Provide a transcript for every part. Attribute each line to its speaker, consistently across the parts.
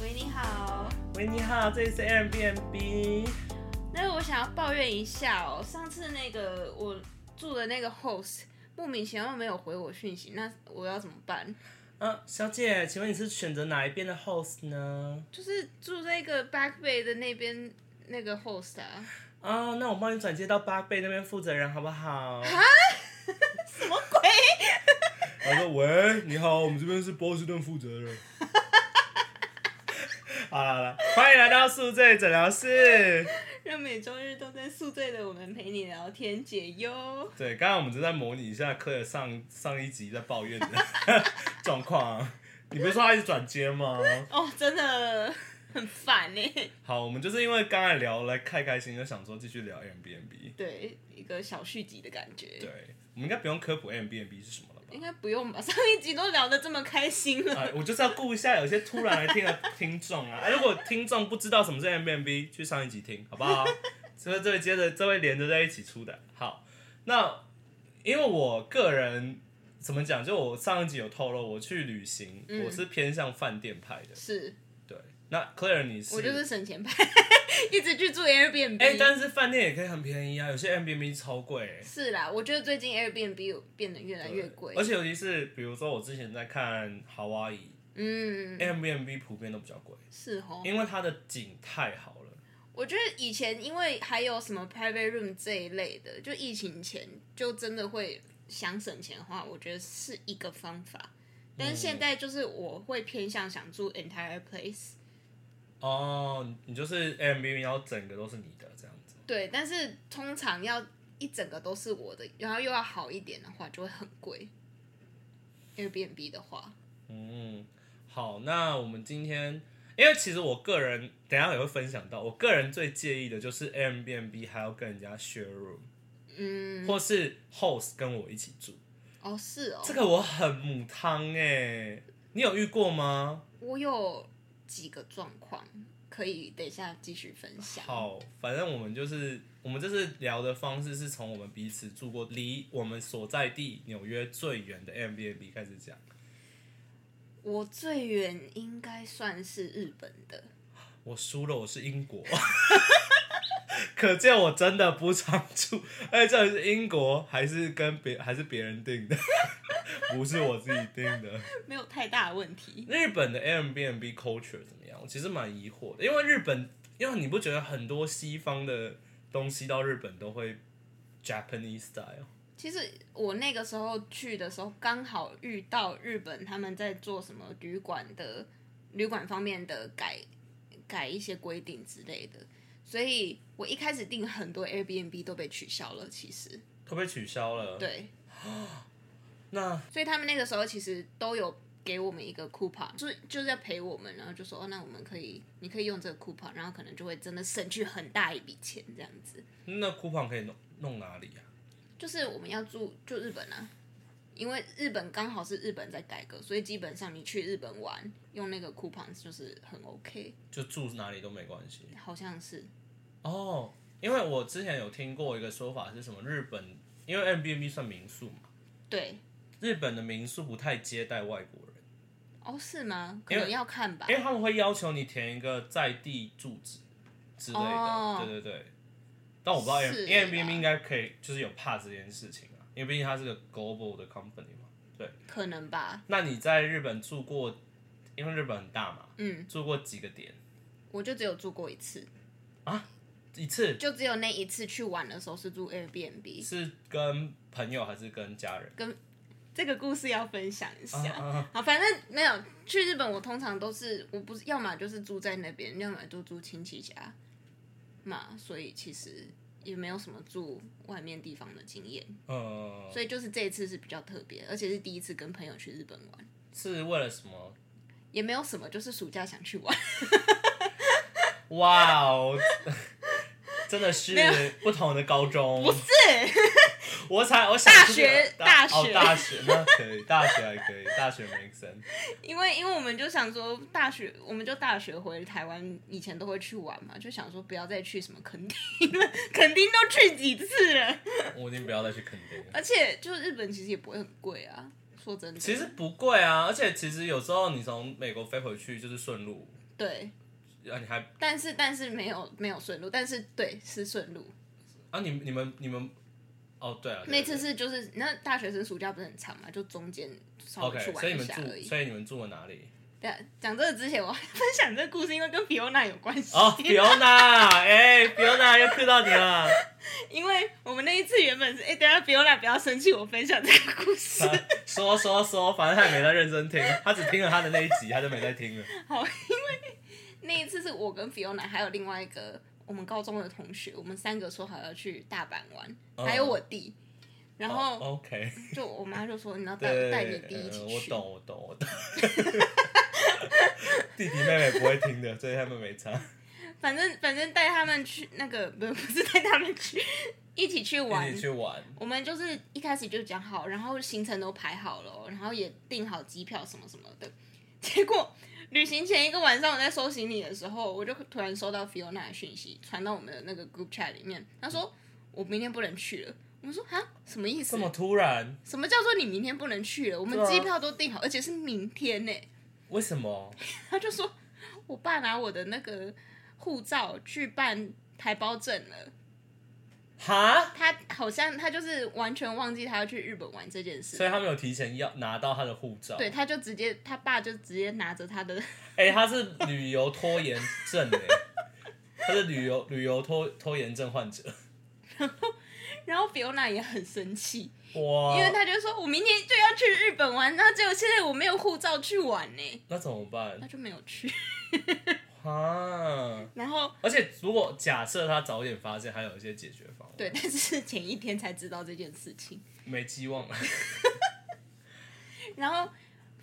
Speaker 1: 喂，你好。
Speaker 2: 喂，你好，这里是 Airbnb。
Speaker 1: 那我想要抱怨一下哦，上次那个我住的那个 host 莫名其妙没有回我讯息，那我要怎么办？
Speaker 2: 啊，小姐，请问你是选择哪一边的 host 呢？
Speaker 1: 就是住在一个 back bay 的那边那个 host 啊，
Speaker 2: 啊，那我帮你转接到八倍那边负责人好不好？
Speaker 1: 什么鬼？
Speaker 2: 我说喂，你好，我们这边是波士顿负责人。 好了好了，欢迎来到宿醉诊疗室。
Speaker 1: 让每周日都在宿醉的我们陪你聊天解忧。
Speaker 2: 对，刚刚我们正在模拟一下克尔上上一集在抱怨的 状况。你不是说他一直转接吗？
Speaker 1: 哦，真的很烦欸呢。
Speaker 2: 好，我们就是因为刚才聊来开开心，就想说继续聊 Airbnb。
Speaker 1: 对，一个小续集的感觉。
Speaker 2: 对，我们应该不用科普 Airbnb 是什么了吧
Speaker 1: 应？该不用吧？上一集都聊得这么开心了。
Speaker 2: 啊，我就是要顾一下有些突然来听的听众啊。啊如果听众不知道什么是 Airbnb，去上一集听好不好？ 所以这位接着这位连着在一起出的。好，那因为我个人怎么讲，就我上一集有透露，我去旅行，
Speaker 1: 嗯
Speaker 2: 我是偏向饭店派的。
Speaker 1: 是
Speaker 2: 对，那 Claire 你是？
Speaker 1: 我就是省钱派， 一直去住 Airbnb。
Speaker 2: 哎、但是饭店也可以很便宜啊，有些 Airbnb 超贵、欸。
Speaker 1: 是啦，我觉得最近 Airbnb 有变得越来越贵。
Speaker 2: 而且尤其是比如说我之前在看夏威夷
Speaker 1: 嗯，
Speaker 2: Airbnb 普遍都比较贵，
Speaker 1: 是哦。
Speaker 2: 因为它的景太好了。
Speaker 1: 我觉得以前因为还有什么 private room 这一类的，就疫情前就真的会想省钱的话，我觉得是一个方法。但
Speaker 2: 嗯
Speaker 1: 是现在就是我会偏向想住 entire place，
Speaker 2: 哦，你就是 Airbnb，然后整个都是你的这样子。
Speaker 1: 对，但是通常要一整个都是我的，然后又要好一点的话就会很贵。Airbnb 的话，
Speaker 2: 嗯，好，那我们今天，因为其实我个人等一下也会分享到，我个人最介意的就是 Airbnb 还要跟人家 share room，
Speaker 1: 嗯，
Speaker 2: 或是 host 跟我一起住，
Speaker 1: 哦是哦，
Speaker 2: 这个我很母汤哎、你有遇过吗？
Speaker 1: 我有几个状况可以等一下继续分享。
Speaker 2: 好，反正我们就是我们这次聊的方式是从我们彼此住过离我们所在地纽约最远的 Airbnb 开始讲。
Speaker 1: 我最远应该算是日本的，
Speaker 2: 我输了，我是英国， 可见我真的不常住，而且这里是英国，还是跟别还是别人订的， 不是我自己订的。
Speaker 1: 没有太大的问题。
Speaker 2: 日本的 Airbnb culture 怎么样？我其实蛮疑惑的，因为日本，因为你不觉得很多西方的东西到日本都会 Japanese style？
Speaker 1: 其实我那个时候去的时候，刚好遇到日本他们在做什么旅馆的旅馆方面的改改一些规定之类的，所以我一开始订很多 Airbnb 都被取消了。其实
Speaker 2: 会被取消了。，
Speaker 1: 对，
Speaker 2: 那
Speaker 1: 所以他们那个时候其实都有给我们一个 coupon，就是就是要陪我们，然后就说哦，那我们可以，你可以用这个 coupon，然后可能就会真的省去很大一笔钱这样子。
Speaker 2: 那 coupon 可以弄弄哪里啊？
Speaker 1: 就是我们要住就日本啊，因为日本刚好是日本在改革，所以基本上你去日本玩用那个 coupon 就是很 OK，
Speaker 2: 就住哪里都没关系。
Speaker 1: 好像是
Speaker 2: 哦，因为我之前有听过一个说法是什么，日本因为 Airbnb 算民宿嘛，
Speaker 1: 对
Speaker 2: 日本的民宿不太接待外国人，
Speaker 1: 哦是吗？可能要看吧
Speaker 2: 因。为他们会要求你填一个在地住址之类的，
Speaker 1: 哦
Speaker 2: 对对对。但我不知道
Speaker 1: 是
Speaker 2: Air- 因为
Speaker 1: 啦
Speaker 2: Airbnb 应该可以，就是有怕这件事情啊，因为毕竟它是个 global 的 company 嘛。对，
Speaker 1: 可能吧，
Speaker 2: 那你在日本住过，因为日本很大嘛，
Speaker 1: 嗯，
Speaker 2: 住过几个点？
Speaker 1: 我就只有住过一次，
Speaker 2: 一次
Speaker 1: 就只有那一次去玩的时候是住 Airbnb。
Speaker 2: 是跟朋友还是跟家人？
Speaker 1: 这个故事要分享一下。
Speaker 2: 啊啊
Speaker 1: 好，反正没有去日本，我通常都是我不是要么就是住在那边，要么就住亲戚家嘛，所以其实也没有什么住外面地方的经验，
Speaker 2: 嗯，
Speaker 1: 所以就是这一次是比较特别，而且是第一次跟朋友去日本玩，
Speaker 2: 是为了什么
Speaker 1: 也没有什么，就是暑假想去 玩，
Speaker 2: 哇哦，真的是不同的高中。不是，我才我想
Speaker 1: 大
Speaker 2: 出去
Speaker 1: 学
Speaker 2: 了
Speaker 1: 大
Speaker 2: 大
Speaker 1: 学
Speaker 2: 哦、大学那可以，大学还可以，大学 make sense。
Speaker 1: 因为因为我们就想说大学，我们就大学回台湾以前都会去玩嘛，就想说不要再去什么垦丁了，垦丁都去几次了，
Speaker 2: 我已经不要再去垦丁 了。
Speaker 1: 而且就日本其实也不会很贵啊，说真的，
Speaker 2: 其实不贵啊，而且其实有时候你从美国飞回去就是顺路，
Speaker 1: 对，
Speaker 2: 啊，你还
Speaker 1: 但是但是没有没有顺路，但是对是顺路。
Speaker 2: 啊，你你们你们，哦，对啊，对
Speaker 1: 那
Speaker 2: 对
Speaker 1: 次是就是那大学生暑假不是很长嘛，就中间稍微去
Speaker 2: OK，
Speaker 1: 玩
Speaker 2: 所以你
Speaker 1: 一
Speaker 2: 们
Speaker 1: 下而
Speaker 2: 住，
Speaker 1: 已。
Speaker 2: 所以你们住了哪里？
Speaker 1: 对啊，讲这个之前，我还分享这个故事，因为跟 Fiona 有关系。
Speaker 2: 哦，Fiona，哎，Fiona 又 Q 到你了，
Speaker 1: 因为我们那一次原本是，哎、等一下 Fiona 不要生气，我分享这个故 事。
Speaker 2: 啊说说说，反正他也没在认真听，他只听了他的那一集，他就没在听了。
Speaker 1: 好，因为那一次是我跟 Fiona 还有另外一个我们高中的同学，我们三个说好要去大阪玩，
Speaker 2: 嗯
Speaker 1: 还有我弟。然
Speaker 2: 哦
Speaker 1: 后
Speaker 2: OK，
Speaker 1: 就我妈就说你要带
Speaker 2: 对，
Speaker 1: 带你弟一
Speaker 2: 呃
Speaker 1: 起
Speaker 2: 我
Speaker 1: 去，
Speaker 2: 懂，我懂，我懂。 弟弟妹妹不会听的，所以他们没差。
Speaker 1: 反正反正带他们去那个不是不是带他们去一起去玩
Speaker 2: 一起去玩，
Speaker 1: 我们就是一开始就讲好，然后行程都排好了哦、然后也订好机票什么什么的。 结果旅行前一个晚上，我在收行李的时候，我就突然收到 Fiona 的讯息，传到我们的那个 group chat 里面，她说我明天不能去了。我们说哈，什么意思
Speaker 2: 这？么突然，
Speaker 1: 什么叫做你明天不能去了？我们
Speaker 2: 对啊
Speaker 1: 机票都订好，而且是明天呢、
Speaker 2: 为什么？
Speaker 1: 他就说，我爸拿我的那个护照去办台胞证了。
Speaker 2: 哈？
Speaker 1: 他好像他就是完全忘记他要去日本玩这件事，
Speaker 2: 所以他们有提前要拿到他的护照。
Speaker 1: 对，，他就直接他爸就直接拿着他的，
Speaker 2: 哎、他是旅游拖延症哎， 他是旅游旅游拖拖延症患者。
Speaker 1: 然后 Fiona 也很生气，
Speaker 2: 哇，
Speaker 1: 因为他就说我明天就要去日本玩，然后结果现在我没有护照去玩呢，
Speaker 2: 那怎么办
Speaker 1: 他就没有去。
Speaker 2: 啊？
Speaker 1: 然后
Speaker 2: 而且如果假设他早点发现，还有一些解决方案。
Speaker 1: 对，但是前一天才知道这件事情。
Speaker 2: 没 希望了。
Speaker 1: 然后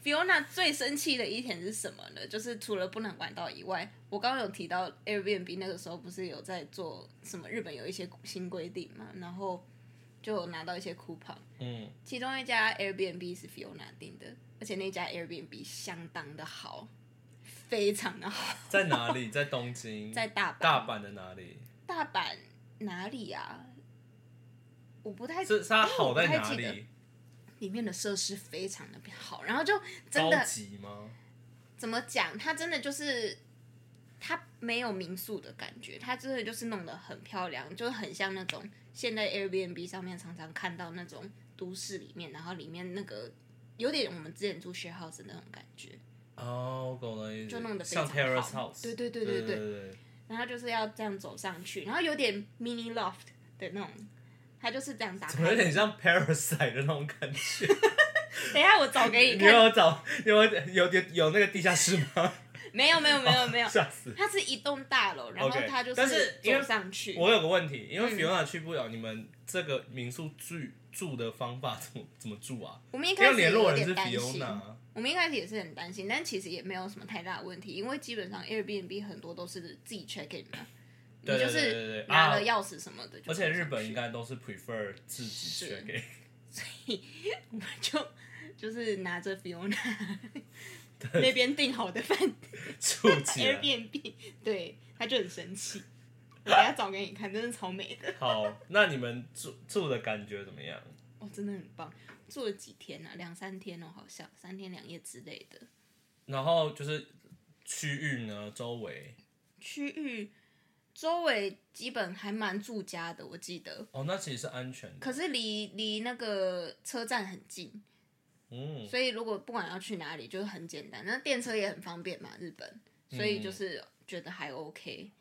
Speaker 1: Fiona 最生气的一点是什么呢？就是除了不能玩到以外，我刚刚有提到 Airbnb 那个时候不是有在做什么日本有一些新规定嘛，然后就有拿到一些 coupon。
Speaker 2: 嗯，
Speaker 1: 其中一家 Airbnb 是 Fiona 订的，而且那家 Airbnb 相当的好，非常的好，
Speaker 2: 在哪里？在东 京，
Speaker 1: 在大阪。
Speaker 2: 嗯大阪的哪里？
Speaker 1: 大阪哪里啊？我不太
Speaker 2: 是是它好在哪
Speaker 1: 哎哎我不太记
Speaker 2: 里？
Speaker 1: 里面的设施非常的好，然后就真
Speaker 2: 高
Speaker 1: 的
Speaker 2: 级吗？
Speaker 1: 怎么讲，它真的就是它没有民宿的感觉，它真的就是弄得很漂亮，就是很像那种现在 Airbnb 上面常常看到那种都市里面，然后里面那个有点我们之前住 share house 的那种感觉。
Speaker 2: 哦，我懂了意思，
Speaker 1: 就弄得非
Speaker 2: 像
Speaker 1: 常
Speaker 2: Terrace
Speaker 1: 好
Speaker 2: House，
Speaker 1: 对对对
Speaker 2: 对
Speaker 1: 对对
Speaker 2: 对，
Speaker 1: 然后就是要这样走上去，然后有点 mini loft 的那种，它就是这样打
Speaker 2: 怎么有
Speaker 1: 开。
Speaker 2: 点像 Parasite 的那种感觉？
Speaker 1: 等一下我找给你
Speaker 2: 你
Speaker 1: 看，
Speaker 2: 有找你有有有有那个地下室吗？
Speaker 1: 没有没有没有没有，
Speaker 2: 吓死！
Speaker 1: 它是一栋大楼，然后
Speaker 2: OK，
Speaker 1: 它就
Speaker 2: 但是因为
Speaker 1: 走上去。
Speaker 2: 我有个问题，
Speaker 1: 嗯
Speaker 2: 因为 Fiona 去不了，你们这个民宿住住的方法怎么怎么住啊？
Speaker 1: 我们一
Speaker 2: 因
Speaker 1: 开
Speaker 2: 为
Speaker 1: 始
Speaker 2: 联络
Speaker 1: 有
Speaker 2: 人
Speaker 1: 点
Speaker 2: 是
Speaker 1: 担心，
Speaker 2: Fiona，啊
Speaker 1: 我们一开始也是很担心，但其实也没有什么太大的问题，因为基本上 Airbnb 很多都是自己 check in 嘛，
Speaker 2: 对
Speaker 1: 你就
Speaker 2: 对对
Speaker 1: 是
Speaker 2: 对对
Speaker 1: 拿了
Speaker 2: 啊！
Speaker 1: 钥匙什么的就走
Speaker 2: 而
Speaker 1: 上去。
Speaker 2: 且日本应该都是 prefer 自己
Speaker 1: 是
Speaker 2: 去给，
Speaker 1: 我们 就就是拿着 Fiona 那边订好的饭店。
Speaker 2: 住起来。
Speaker 1: Airbnb，对，他就很生气。我等下找给你看，真的超美的，
Speaker 2: 好，那你们住住的感觉怎么样？
Speaker 1: 哦，真的很棒。住了几天啊？两三天哦，好像三天两夜之类的。
Speaker 2: 然后就是区域呢，周围
Speaker 1: 区域周围基本还蛮住家的，我记得。
Speaker 2: 哦，那其实是安全的。
Speaker 1: 可是离离那个车站很近，
Speaker 2: 嗯，
Speaker 1: 所以如果不管要去哪里，就是很简单。那电车也很方便嘛，日本，所以就是觉得还 OK。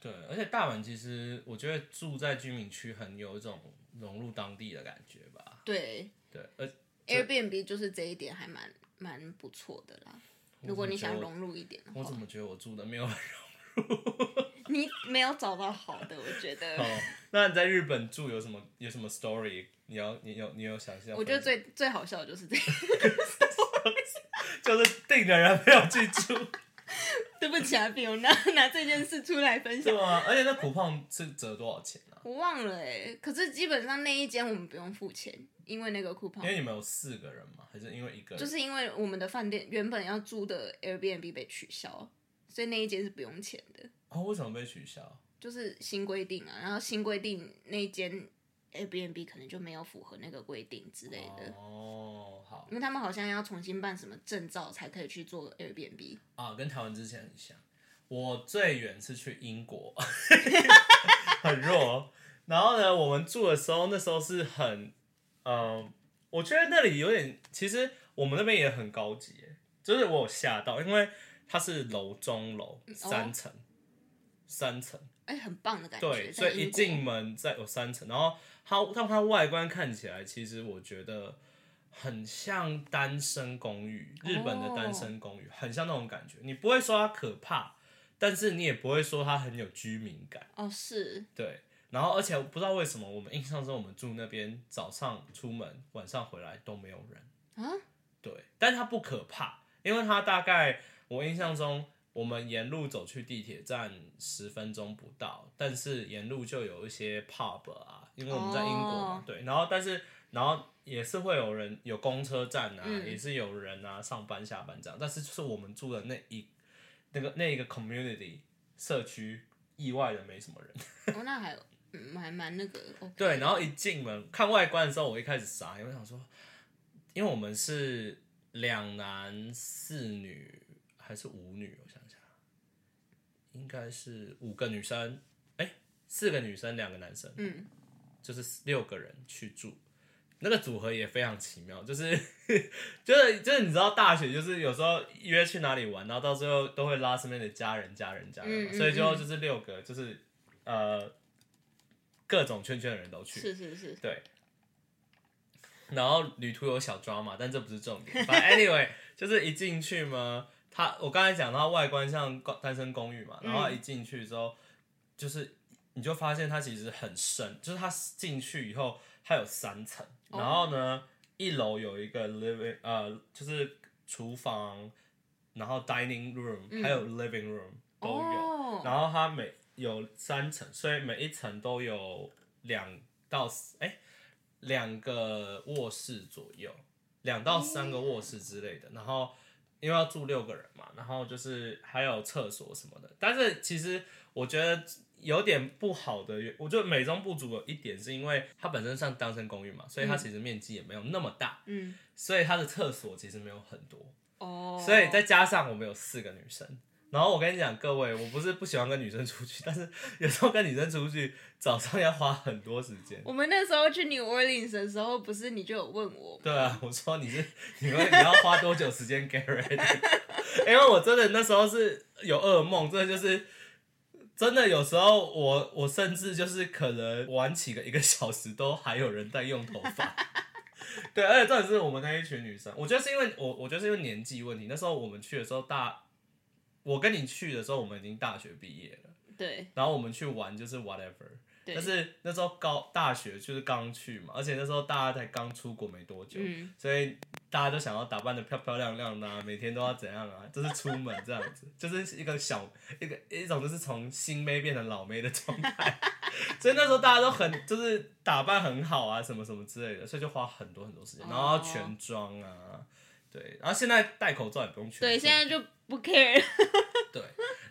Speaker 2: 对，而且大阪其实我觉得住在居民区很有一种融入当地的感觉吧。
Speaker 1: 对
Speaker 2: 对，而
Speaker 1: ，Airbnb 就是这一点还蛮蛮不错的啦。如果你想融入一点的话，
Speaker 2: 我怎么觉得我住的没有很
Speaker 1: 你没有找到好的，我觉
Speaker 2: 好
Speaker 1: 得。？
Speaker 2: 那你在日本住有什么有什么 story？你要你有你有想象？
Speaker 1: 我觉得最最好笑的就是这个。
Speaker 2: 就是定的人没有去住，
Speaker 1: 对不起啊，比如拿 拿这件事出来分
Speaker 2: 对
Speaker 1: 享，
Speaker 2: 吗？而且那苦胖是折多少钱啊？
Speaker 1: 我忘了哎、可是基本上那一间我们不用付钱，因为那个酷胖
Speaker 2: 因，为你们有四个人嘛，还是因为一个人？
Speaker 1: 就是因为我们的饭店原本要租的 Airbnb 被取消，所以那一间是不用钱的，
Speaker 2: 哦，为什么被取消？
Speaker 1: 就是新规定啊。然后新规定那一间 Airbnb 可能就没有符合那个规定之类的。
Speaker 2: 哦，好
Speaker 1: 因为他们好像要重新办什么证照才可以去做 Airbnb，
Speaker 2: 啊，跟台湾之前很像。我最远是去英国， 很弱。哦然后呢，我们住的时候，那时候是很，嗯、我觉得那里有点，其实我们那边也很高级耶，就是我有吓到，因为它是楼中楼
Speaker 1: 嗯哦
Speaker 2: 三层，三层，
Speaker 1: 哎、很棒的感觉。
Speaker 2: 对，
Speaker 1: 在
Speaker 2: 所以一
Speaker 1: 英国
Speaker 2: 进门再有三层，然后它，但它外观看起来，其实我觉得很像单身公寓，日本的单身公寓，很像那种感觉。你不会说它可怕，但是你也不会说它很有居民感。
Speaker 1: 哦，是
Speaker 2: 对，然后而且不知道为什么，我们印象中我们住那边早上出门，晚上回来都没有人。
Speaker 1: 啊，
Speaker 2: 对，但它不可怕，因为它大概我印象中，我们沿路走去地铁站十分钟不到，但是沿路就有一些 pub 啊，因为我们在英国嘛
Speaker 1: 哦
Speaker 2: 对，然后但是然后也是会有人有公车站啊，
Speaker 1: 嗯
Speaker 2: 也是有人啊上班下班这样，但是就是我们住的那一那个那一个 community 社区，意外的没什么人。
Speaker 1: 哦，那还嗯还蛮那个 OK。
Speaker 2: 对，然后一进门看外观的时候，我一开始傻眼，我想说，因为我们是两男四女还是五女？我想想，应该是五个女生，哎、四个女生，两个男生，
Speaker 1: 嗯，
Speaker 2: 就是六个人去住。那个组合也非常奇妙，就是 就是就是你知道大学就是有时候约去哪里玩，然后到最后都会拉身边的家人、家人、家人
Speaker 1: 嗯
Speaker 2: 嘛，
Speaker 1: 嗯
Speaker 2: 所以最后
Speaker 1: 嗯
Speaker 2: 就是六个，就是呃各种圈圈的人都去。
Speaker 1: 是是是，
Speaker 2: 对。然后旅途有小抓嘛，但这不是重点。反正 anyway，就是 一进去嘛，它我刚才讲到外观像公单身公寓嘛，然后
Speaker 1: 嗯
Speaker 2: 一进去之后，就是你就发现它其实很深，就是它进去以后它有三层，
Speaker 1: 哦
Speaker 2: 然后呢，一楼有一个 living 呃，就是厨房，然后 dining room
Speaker 1: 嗯
Speaker 2: 还有 living room 都有，
Speaker 1: 哦，
Speaker 2: 然后它每有三层，所以每一层都有两到四哎两个卧室左右，两到三个卧室之类的。然后因为要住六个人嘛，然后就是还有厕所什么的。但是其实我觉得有点不好的原，我觉得美中不足有一点是因为它本身像单身公寓嘛，所以它其实面积也没有那么大，
Speaker 1: 嗯，
Speaker 2: 所以它的厕所其实没有很多。
Speaker 1: 哦，
Speaker 2: 所以再加上我们有四个女生，然后我跟你讲，各位，我不是不喜欢跟女生出去，但是有时候跟女生出去，早上要花很多时间。
Speaker 1: 我们那时候去 New Orleans 的时候，不是你就有问我，
Speaker 2: 对啊，我说你是你会你要花多久时间 get ready？因 为我真的那时候是有噩梦，真的就是真的有时候我我甚至就是可能晚起个一个小时都还有人在用头发。 对，而且这也是我们那一群女生，我觉得是因为我我觉得是因为年纪问题。那时候我们去的时候大，我跟你去的时候我们已经大学毕业了，
Speaker 1: 对
Speaker 2: 然后我们去玩就是 whatever。
Speaker 1: 对，
Speaker 2: 但是那时候高大学就是刚去嘛，而且那时候大家才刚出国没多久，
Speaker 1: 嗯
Speaker 2: 所以大家都想要打扮的漂漂亮亮的、啊，每天都要怎样啊，就是出门这样子，就是一个小一个一种就是从新妹变成老妹的状态， 所以那时候大家都很就是打扮很好啊，什么什么之类的，所以就花很多很多
Speaker 1: 哦
Speaker 2: 时间，然后要全妆啊，对，然后现在戴口罩也不用全妆，
Speaker 1: 对，现在就不 care 了。
Speaker 2: 对，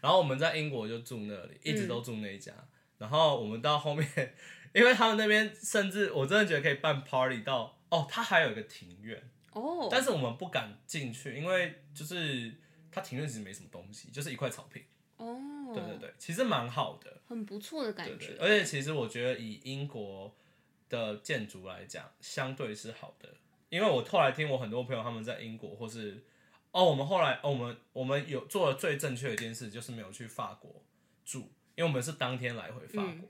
Speaker 2: 然后我们在英国就住那里，一直都住那一家。然后我们到后面， 因为他们那边甚至我真的觉得可以办 party 到哦，它还有一个庭院，
Speaker 1: 哦，
Speaker 2: 但是我们不敢进去，因为就是它庭院其实没什么东西，就是一块草坪。
Speaker 1: 哦，
Speaker 2: 对对，对，其实蛮好的。
Speaker 1: 很不错的感
Speaker 2: 对对，
Speaker 1: 觉。
Speaker 2: 而且其实我觉得以英国的建筑来讲，相对是好的，因为我后来听我很多朋友他们在英国或是哦，我们后来、哦、我们我们有做了最正确的一件事，就是没有去法国住，因为我们是当天来回法
Speaker 1: 嗯
Speaker 2: 国。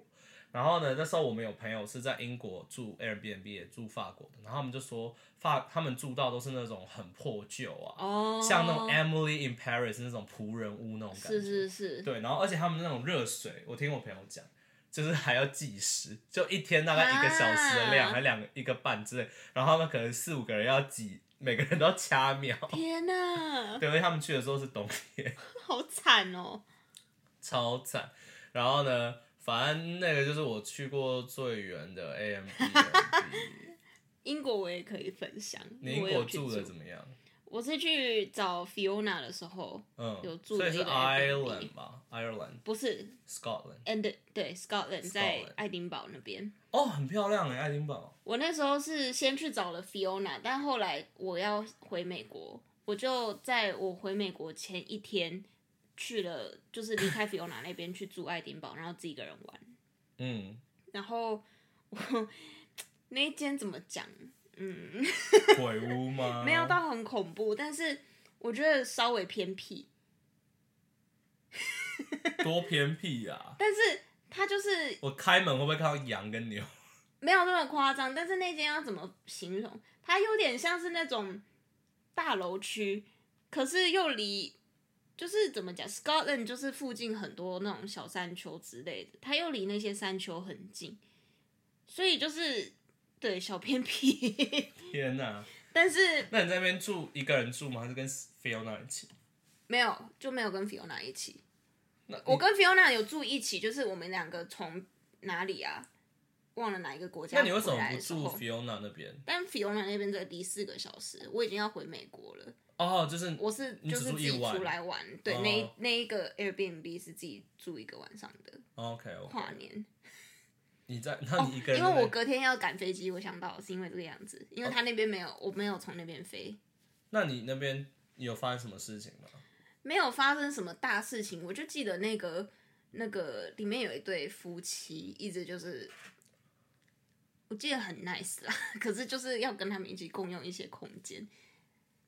Speaker 2: 然后呢，那时候我们有朋友是在英国住 Airbnb 也住法国的，然后他们就说法他们住到都是那种很破旧啊，
Speaker 1: 哦，
Speaker 2: 像那种 Emily in Paris 那种仆人屋那种感觉。
Speaker 1: 是是是，
Speaker 2: 对，然后而且他们那种热水，我听我朋友讲，就是还要计时，就一天大概一个小时的量，
Speaker 1: 啊
Speaker 2: 还两个一个半之类，然后他们可能四五个人要挤，每个人都要掐秒。
Speaker 1: 天哪，
Speaker 2: 对，因为他们去的时候是冬天，
Speaker 1: 好惨哦。
Speaker 2: 超惨。然后呢，反正那个就是我去过最远的 E AMB。
Speaker 1: 英国我也可以分享，
Speaker 2: 你 英
Speaker 1: 我
Speaker 2: 国
Speaker 1: 有去
Speaker 2: 住的怎
Speaker 1: 住。
Speaker 2: 么样？
Speaker 1: 我是去找 Fiona 的时候，
Speaker 2: 嗯，
Speaker 1: 有住
Speaker 2: 所以
Speaker 1: 了
Speaker 2: 是
Speaker 1: 一个 Airbnb
Speaker 2: Ireland 吧，Ireland、
Speaker 1: 不是
Speaker 2: Scotland。
Speaker 1: and 对 Scotland 在
Speaker 2: Scotland
Speaker 1: 爱丁堡那边。
Speaker 2: 哦，很漂亮哎，爱丁堡。
Speaker 1: 我那时候是先去找了 Fiona，但后来我要回美国，我就在我回美国前一天去了，就是离开 Fiona 那边去住爱丁堡，然后自己一个人玩。
Speaker 2: 嗯，
Speaker 1: 然后我 那一间怎么讲？嗯，
Speaker 2: 鬼屋吗？
Speaker 1: 没有到很恐怖，但是我觉得稍微偏僻。
Speaker 2: 多偏僻啊！
Speaker 1: 但是它就是
Speaker 2: 我开门会不会看到羊跟牛？
Speaker 1: 没有那么夸张，但是那间要怎么形容？它有点像是那种大楼区，可是又离就是怎么讲，Scotland 就是附近很多那种小山丘之类的，它又离那些山丘很近，所以就是对小偏僻，
Speaker 2: 天哪、
Speaker 1: 但是
Speaker 2: 那你在那边住一个人住吗？还是跟 Fiona 一起？
Speaker 1: 没有就没有跟 Fiona 一起。
Speaker 2: 那你
Speaker 1: 我跟 Fiona 有住一起，就是我们两个从哪里啊？忘了哪一个国家
Speaker 2: 那你为
Speaker 1: 回
Speaker 2: 什么
Speaker 1: 来
Speaker 2: 不
Speaker 1: 的时
Speaker 2: 住
Speaker 1: 候。
Speaker 2: Fiona 那边？
Speaker 1: 但 Fiona 那边只有离四个小时，我已经要回美国了。
Speaker 2: 哦，就是
Speaker 1: 我是
Speaker 2: 你
Speaker 1: 就
Speaker 2: 只
Speaker 1: 是
Speaker 2: 住
Speaker 1: 自
Speaker 2: 一
Speaker 1: 己
Speaker 2: 晚
Speaker 1: 出来玩，对，
Speaker 2: 哦
Speaker 1: 那一那一个 Airbnb 是自己住一个晚上的
Speaker 2: OK OK，
Speaker 1: 跨年。
Speaker 2: 你在那你一个人
Speaker 1: 哦因
Speaker 2: 在那边、
Speaker 1: 为我隔天要赶飞机，我想到是因为这个样子，因为他那边没有，我没有从那边飞，
Speaker 2: 那你那边你有发生什么事情吗？
Speaker 1: 没有发生什么大事情，我就记得那个那个里面有一对夫妻，一直就是。我记得很 nice 啦， 可是就是要跟他们一起共用一些空间，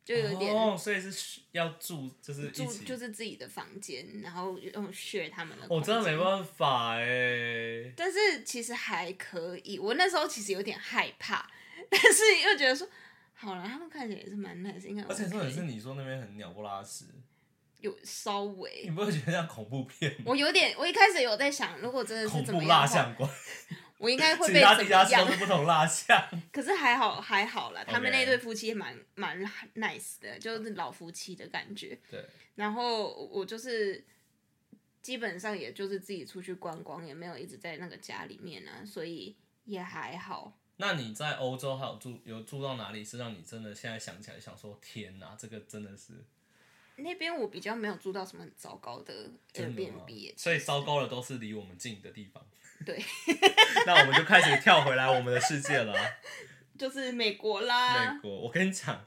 Speaker 1: 就有点
Speaker 2: 哦，所以是需要住就是
Speaker 1: 住
Speaker 2: 一起，
Speaker 1: 就是自己的房间，然后用 share 他们的。
Speaker 2: 我、
Speaker 1: 空
Speaker 2: 真的
Speaker 1: 间
Speaker 2: 没办法哎、
Speaker 1: 但是其实还可以，我那时候其实有点害怕，但是又觉得说，好了，他们看起来也是蛮 nice，应该
Speaker 2: 而且重点是
Speaker 1: OK
Speaker 2: 你说那边很鸟不拉屎，
Speaker 1: 有稍
Speaker 2: 你
Speaker 1: 微，
Speaker 2: 不会觉得像恐怖片吗？
Speaker 1: 我有点，我一开始有在想，如果真的是
Speaker 2: 恐
Speaker 1: 怎么
Speaker 2: 怖
Speaker 1: 样
Speaker 2: 蜡
Speaker 1: 的话，
Speaker 2: 像馆，
Speaker 1: 我应该会
Speaker 2: 其
Speaker 1: 被
Speaker 2: 他
Speaker 1: 怎么
Speaker 2: 地下室都
Speaker 1: 样？
Speaker 2: 是不同蜡像。
Speaker 1: 可是还好还好啦，他们
Speaker 2: OK
Speaker 1: 那对夫妻也蛮蛮 nice 的，就是老夫妻的感觉。
Speaker 2: 对，
Speaker 1: 然后我就是基本上也就是自己出去观光，也没有一直在那个家里面啊，所以也还好。
Speaker 2: 那你在欧洲还有住有住到哪里是让你真的现在想起来想说天哪，这个真的是
Speaker 1: 那边我比较没有住到什么很糟糕的
Speaker 2: 真的
Speaker 1: Airbnb，
Speaker 2: 吗
Speaker 1: 耶
Speaker 2: 所以糟糕的都是离我们近的地方。
Speaker 1: 对，
Speaker 2: 那我们就开始跳回来我们的世界 了啊。啊
Speaker 1: 就是美国
Speaker 2: 美
Speaker 1: 啦。
Speaker 2: 国，我跟你讲，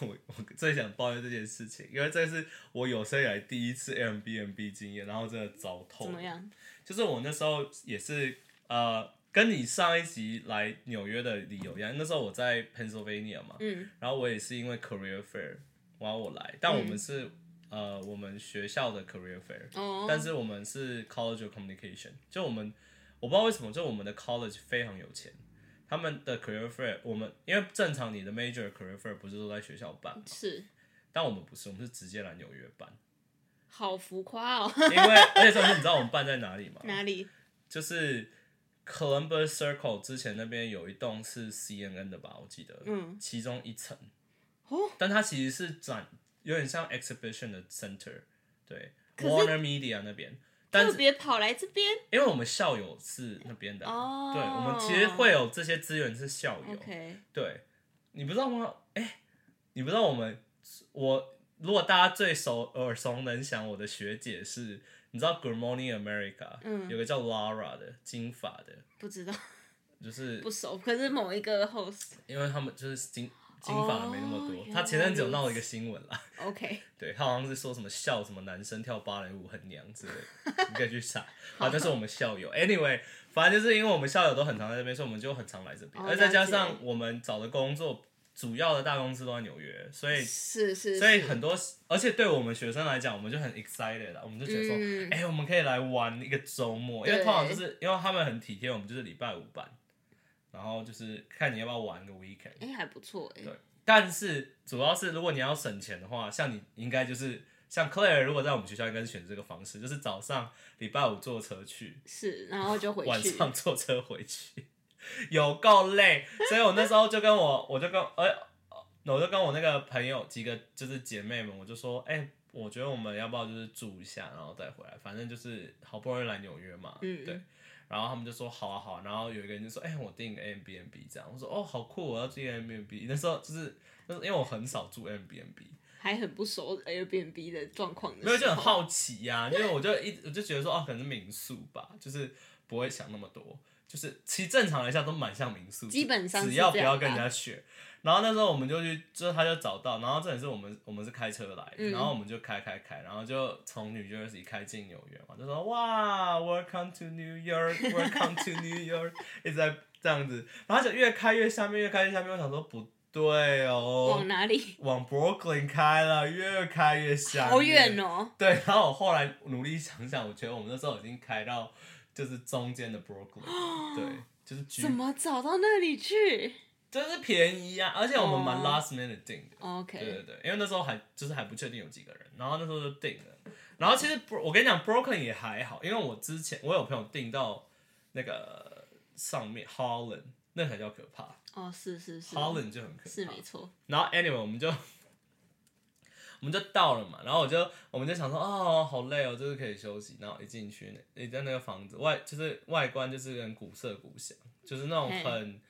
Speaker 2: 我我最想抱怨这件事情，因为这是我有生以来第一次 Airbnb 经验，然后真的糟透
Speaker 1: 怎
Speaker 2: 了。
Speaker 1: 么样？
Speaker 2: 就是我那时候也是呃，跟你上一集来纽约的理由一样，那时候我在 Pennsylvania 嘛，
Speaker 1: 嗯，
Speaker 2: 然后我也是因为 career fair，然后我来，但我们是、呃我们学校的 career fair，、
Speaker 1: 嗯哦，
Speaker 2: 但是我们是 college of communication，就我们我不知道为什么，就我们的 college 非常有钱。他们的 career fair，我们因为正常你的 major career fair 不是都在学校办嘛，
Speaker 1: 是
Speaker 2: 但我们不是，我们是直接来纽约办，
Speaker 1: 好浮夸哦。
Speaker 2: 因为而且重点是你知道我们办在哪里吗？
Speaker 1: 哪里？
Speaker 2: 就是 Columbus Circle 之前那边有一栋是 CNN 的吧，我记得，
Speaker 1: 嗯，
Speaker 2: 其中一层，
Speaker 1: 哦，
Speaker 2: 但它其实是展，有点像 exhibition 的 center，对
Speaker 1: 可是
Speaker 2: ，Warner Media 那边，但
Speaker 1: 特
Speaker 2: 是
Speaker 1: 别跑来这边
Speaker 2: 因为我们校友是那边的啊，
Speaker 1: 哦
Speaker 2: 对，我们其实会有这些资源是校友
Speaker 1: ？OK，
Speaker 2: 对，你不知道吗？哎、你不知道我们我如果大家最熟耳熟能详，我的学姐是，你知道 Good Morning America，
Speaker 1: 嗯
Speaker 2: 有个叫 Lara 的金发的，
Speaker 1: 不知道，
Speaker 2: 就是
Speaker 1: 不熟。可是某一个 host
Speaker 2: 因为他们就是金金发的没那么
Speaker 1: 哦
Speaker 2: 多，
Speaker 1: 原
Speaker 2: 他前阵子有
Speaker 1: 来如
Speaker 2: 闹一个新闻啦，
Speaker 1: OK，
Speaker 2: 对他好像是说什么笑什么男生跳芭蕾舞很娘之类的，你可以 去查。啊，那是我们校友。Anyway，反正就是因为我们校友都很常在这边，所以我们就很常来这边，
Speaker 1: 哦
Speaker 2: 而再加
Speaker 1: 了
Speaker 2: 上我们找的工作主要的大公司都在纽约，所以
Speaker 1: 是是，
Speaker 2: 所以
Speaker 1: 是
Speaker 2: 很多，而且对我们学生来讲，我们就很 excited 啦，我们就觉得说，哎、
Speaker 1: 嗯
Speaker 2: 我们可以来玩一个周末，因为
Speaker 1: 对
Speaker 2: 通常就是因为他们很体贴，我们就是礼拜五办，然后就是看你要不要玩个 weekend。
Speaker 1: 哎还不错哎
Speaker 2: 对。但是主要是如果你要省钱的话，像你应该就是像 Claire，如果在我们学校应该是选这个方式，就是早上礼拜五坐车去，
Speaker 1: 是，然后就回
Speaker 2: 晚
Speaker 1: 去。
Speaker 2: 上坐车回去，有够累。所以我那时候就跟我， 我就跟呃，我就跟我那个朋友几个就是姐妹们，我就说，哎、我觉得我们要不要就是住一下，然后再回来，反正就是好不容易来纽约嘛，
Speaker 1: 嗯
Speaker 2: 对。然后他们就说好啊好啊，然后有一个人就说，哎、我订个 M B N B 这样，我说哦好酷，我要订 M B N B。那时候就是，那时候因为我很少住 M B N B，
Speaker 1: 还很不熟 Airbnb 的状况的时候，
Speaker 2: 没有就很 好奇呀、因为我就一直我就觉得说哦，可能是民宿吧，就是不会想那么多。就是其实正常来讲都蛮像民宿的，
Speaker 1: 基本上是
Speaker 2: 只要不
Speaker 1: 这样
Speaker 2: 要
Speaker 1: 吧
Speaker 2: 跟人家学。然后那时候我们就去，就是他就找到，然后这也是我们我们是开车来的，
Speaker 1: 嗯
Speaker 2: 然后我们就开开开，然后就从 New Jersey 开进纽约嘛，就说哇，Welcome to New York，Welcome to New York，一 直在这样子，然后就越开越下面，越开越下面，我想说不对哦
Speaker 1: 往，哪里？
Speaker 2: 往 Brooklyn 开了，越开越下面，
Speaker 1: 好远哦，
Speaker 2: 对，然后我后来努力想想，我觉得我们那时候已经开到就是中间的 Brooklyn，了对，就是居
Speaker 1: 怎么找到那里去
Speaker 2: 就是便宜啊，而且我们蛮
Speaker 1: 哦
Speaker 2: last minute 定的，对对
Speaker 1: ？OK，
Speaker 2: 对，因为那时候还就是还不确定有几个人，然后那时候就定了，然后其实 Bro- 我跟你讲 Brooklyn 也还好，因为我之前我有朋友订到那个上面 Holland，那才叫可怕
Speaker 1: 哦，是是是
Speaker 2: ，Holland 就很可怕，
Speaker 1: 是没错，
Speaker 2: 然后 anyway 我们就我们就到了嘛，然后我就我们就想说哦好累哦，就是可以休息。然后一进去，你在那个房子外就是外观就是很古色古香，就是那种
Speaker 1: 嘿
Speaker 2: 很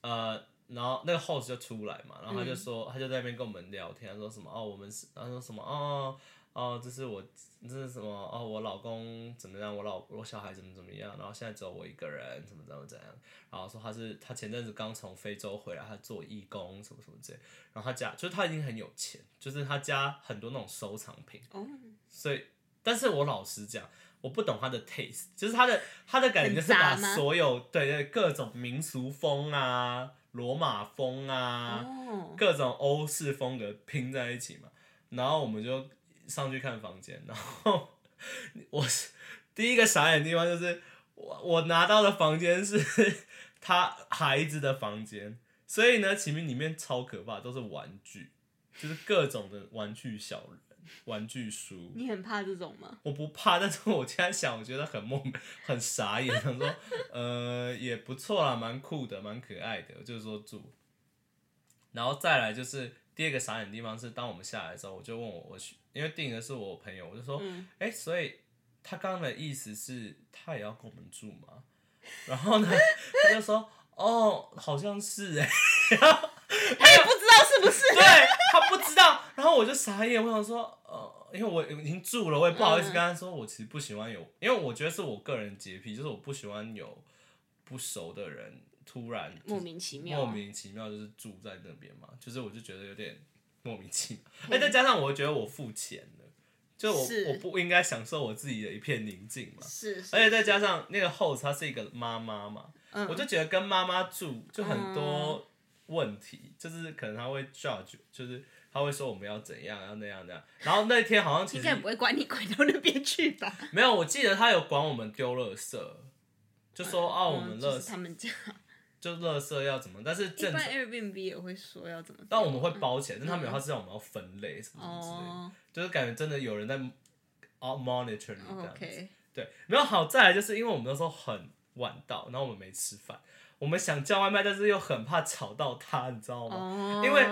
Speaker 2: 呃，然后那个 host 就出来嘛，然后他就说、他就在那边跟我们聊天，他说什么哦我们是他说什么哦。哦，这是我，这是什么？哦，我老公怎么样？我老我小孩怎么怎么样？然后现在只有我一个人，怎么怎么怎样？然后说他是他前阵子刚从非洲回来，他做义工什么什么之类。然后他家就是他已经很有钱，就是他家很多那种收藏品，
Speaker 1: 哦，
Speaker 2: 所以但是我老实讲，我不懂他的 taste，就是他的他的感觉就是把
Speaker 1: 很杂吗
Speaker 2: 所有对对各种民俗风啊、罗马风啊、
Speaker 1: 哦，
Speaker 2: 各种欧式风格拼在一起嘛。然后我们就上去看房间，然后 我是第一个傻眼的地方就是我我拿到的房间是 他孩子的房间，所以呢，前面里面超可怕，都是玩具，就是各种的玩具小人、玩具书。
Speaker 1: 你很怕这种吗？
Speaker 2: 我不怕， 但是我现在想，我觉得很梦，很傻眼，想说，呃，也不错啦，蛮酷的，蛮可爱的，就是说住。然后再来就是第二个傻眼的地方是，当我们下来之后，我就问我我去，因为订的是我朋友，我就说，哎、
Speaker 1: 嗯
Speaker 2: 所以他刚刚的意思是他也要跟我们住吗？然后呢，他就说，哦，好像是哎、
Speaker 1: 他也不知道是不是，
Speaker 2: 对他不知道，然后我就傻眼，我想说，呃，因为我已经住了，我也不好意思跟他说，我其实不喜欢有，因为我觉得是我个人洁癖，就是我不喜欢有不熟的人突然
Speaker 1: 莫名其妙啊，
Speaker 2: 莫名其妙就是住在那边嘛，就是我就觉得有点莫名其妙，哎、再加上我觉得我付钱了，就我
Speaker 1: 是
Speaker 2: 我不应该享受我自己的一片宁静嘛，
Speaker 1: 是，是
Speaker 2: 而且再加上那个 host 她是一个妈妈嘛，
Speaker 1: 嗯
Speaker 2: 我就觉得跟妈妈住就很多问题，就是可能她会 judge，就是她会说我们要怎样，要那样那样。然后那天好像其
Speaker 1: 应
Speaker 2: 实
Speaker 1: 该不会管你拐到那边去吧？
Speaker 2: 没有，我记得她有管我们丢垃圾，就说啊我们
Speaker 1: 嗯就
Speaker 2: 垃
Speaker 1: 是他们家，
Speaker 2: 就垃圾要怎么，但是
Speaker 1: 一
Speaker 2: 正
Speaker 1: 般
Speaker 2: 常，
Speaker 1: Airbnb 也会说要怎么做，
Speaker 2: 但我们会包起来，但他没有，他是让我们要分类什么什么之类
Speaker 1: 嗯
Speaker 2: 的，
Speaker 1: 哦
Speaker 2: 就是感觉真的有人在 out monitor 你这样子。
Speaker 1: 哦，OK，
Speaker 2: 对，然后好再来就是因为我们那时候很晚到，然后我们没吃饭，我们想叫外卖，但是又很怕吵到他，你知道吗？
Speaker 1: 哦，
Speaker 2: 因为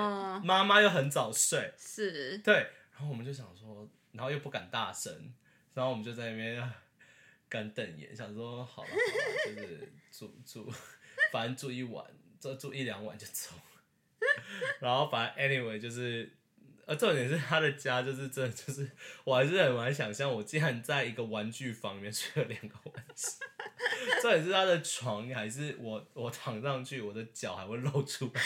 Speaker 2: 妈妈又很早睡，
Speaker 1: 是
Speaker 2: 对，然后我们就想说，然后又不敢大声，然后我们就在那边啊干瞪眼，想说好了，好了就是住住，反正住一晚，就住一两晚就走 了。然后反正 anyway 就是，呃，重点是他的家就是真的就是，我还是很难想象，我竟然在一个玩具房里面睡了两个晚上。重点是他的床还是我我躺上去，我的脚还会露出来。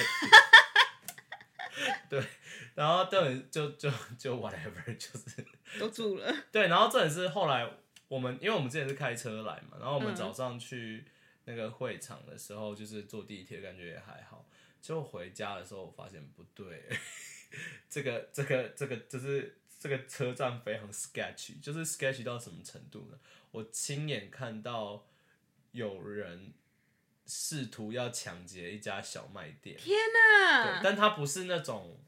Speaker 2: 对，然后重点就就就 whatever，就是
Speaker 1: 都住了，
Speaker 2: 对，然后重点是后来我们，因为我们之前是开车来嘛，然后我们
Speaker 1: 嗯
Speaker 2: 早上去那个会场的时候，就是坐地铁，感觉也还好。结果回家的时候，我发现不对， 这个这个这个就是这个车站非常 sketchy，就是 sketchy 到什么程度呢？我亲眼看到有人试图要抢劫一家小卖店，
Speaker 1: 天
Speaker 2: 对，
Speaker 1: 哪，
Speaker 2: 嗯但他不是那种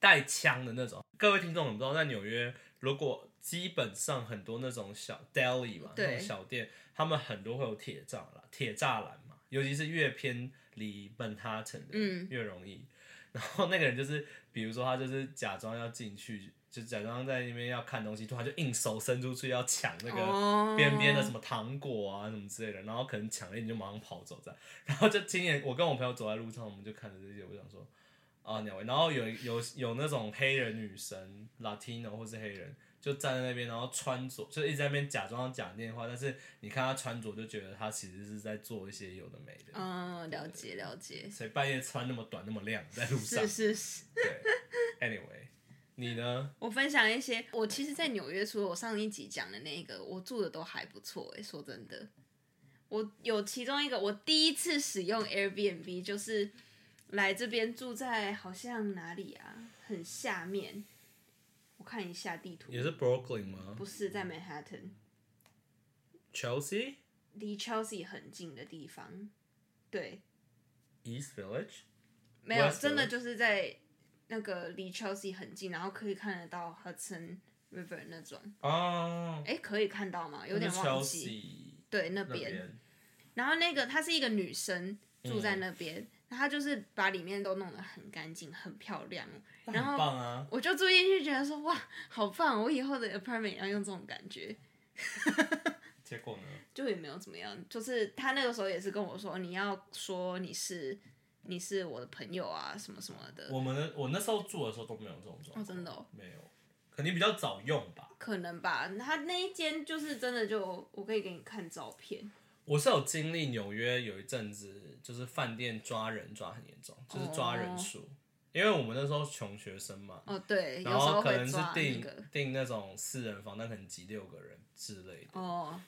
Speaker 2: 带枪的那种。各位听众，你们知道在纽约，如果基本上很多那种小 deli 嘛，那
Speaker 1: 对
Speaker 2: 种小店，他们很多会有铁栅栏，铁栅栏嘛，尤其是越偏离曼哈顿的，
Speaker 1: 嗯
Speaker 2: 越容易。然后那个人就是，比如说他就是假装要进去，就假装在那边要看东西，突然就硬手伸出去要抢那个
Speaker 1: 哦
Speaker 2: 边边的什么糖果啊什么之类的，然后可能抢了一点就马上跑走这样，然后就亲眼我跟我朋友走在路上，我们就看着这些，我想说啊鸟然后有有有那种黑人女生 Latino 或是黑人，就站在那边，然后穿着就一直在那边假装要讲电话，但是你看他穿着就觉得他其实是在做一些有的没的。
Speaker 1: 嗯，了解了解，
Speaker 2: 谁半夜穿那么短那么亮在路上
Speaker 1: 是？是是。
Speaker 2: 对，anyway，你呢？
Speaker 1: 我分享一些，我其实，在纽约，除了我上一集讲的那个，我住的都还不错、欸。说真的，我有其中一个，我第一次使用 Airbnb 就是来这边住在好像哪里啊，很下面。我看一下地图
Speaker 2: 也，是 Brooklyn 吗
Speaker 1: 不是在 Manhattan，
Speaker 2: ？Chelsea
Speaker 1: 离 Chelsea 很近的地方。对，
Speaker 2: East Village
Speaker 1: 没有，
Speaker 2: West
Speaker 1: 真的
Speaker 2: Village
Speaker 1: 就是在那个离 Chelsea 很近，然后可以看得到 Hudson River 那种。
Speaker 2: 哦，
Speaker 1: 哎、可以看到吗？有
Speaker 2: 那
Speaker 1: 点
Speaker 2: 是
Speaker 1: 忘记。
Speaker 2: Chelsea
Speaker 1: 对，那
Speaker 2: 那
Speaker 1: 边。
Speaker 2: 边
Speaker 1: 然后那个她是一个女生住在那
Speaker 2: 嗯
Speaker 1: 边，然后她就是把里面都弄得很干净、很漂亮。然
Speaker 2: 很
Speaker 1: 后
Speaker 2: 棒啊！
Speaker 1: 我就住进去，觉得说哇，好棒！我以后的 apartment 也要用这种感觉。
Speaker 2: 结果呢？
Speaker 1: 就也没有怎么样，就是她那个时候也是跟我说，你要说你是你是我的朋友啊，什么什么的，
Speaker 2: 我们的我那时候住的时候都没有这种状况，
Speaker 1: 哦真的哦
Speaker 2: 没有，肯定比较早用吧。
Speaker 1: 可能吧。她那一间就是真的就，我可以给你看照片，
Speaker 2: 我是有经历纽约有一阵子，就是饭店抓人抓很严重，就是抓人数，因为我们那时候穷学生嘛，
Speaker 1: 哦对，有
Speaker 2: 然
Speaker 1: 时
Speaker 2: 后
Speaker 1: 候
Speaker 2: 可
Speaker 1: 会
Speaker 2: 能是
Speaker 1: 抓那
Speaker 2: 订
Speaker 1: 个，
Speaker 2: 订那种四人房，但可能挤六个人之类的，
Speaker 1: 哦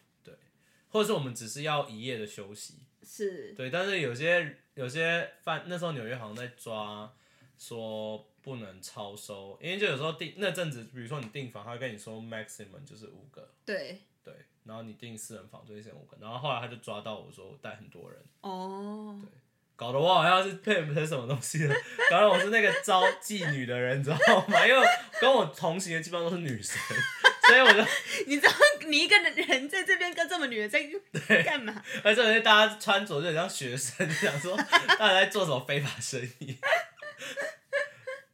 Speaker 2: 或者是我们只是要一夜的休息，
Speaker 1: 是
Speaker 2: 对，但是有些有些饭那时候纽约好像在抓说不能超收，因为就有时候订那阵子，比如说你订房，他会跟你说 maximum 就是五个，
Speaker 1: 对
Speaker 2: 对，然后你订四人房最限五个，然后后来他就抓到我说我带很多人，
Speaker 1: 哦。
Speaker 2: 搞得我好像是配不成什么东西了， 搞得我是那个招妓女的人，你知道吗？因为跟我同行的基本上都是女生，所以我就
Speaker 1: 你知道你一个人在这边跟这么女人在干嘛？
Speaker 2: 而且有些大家穿着就很像学生，就想说大家在做什么非法生意。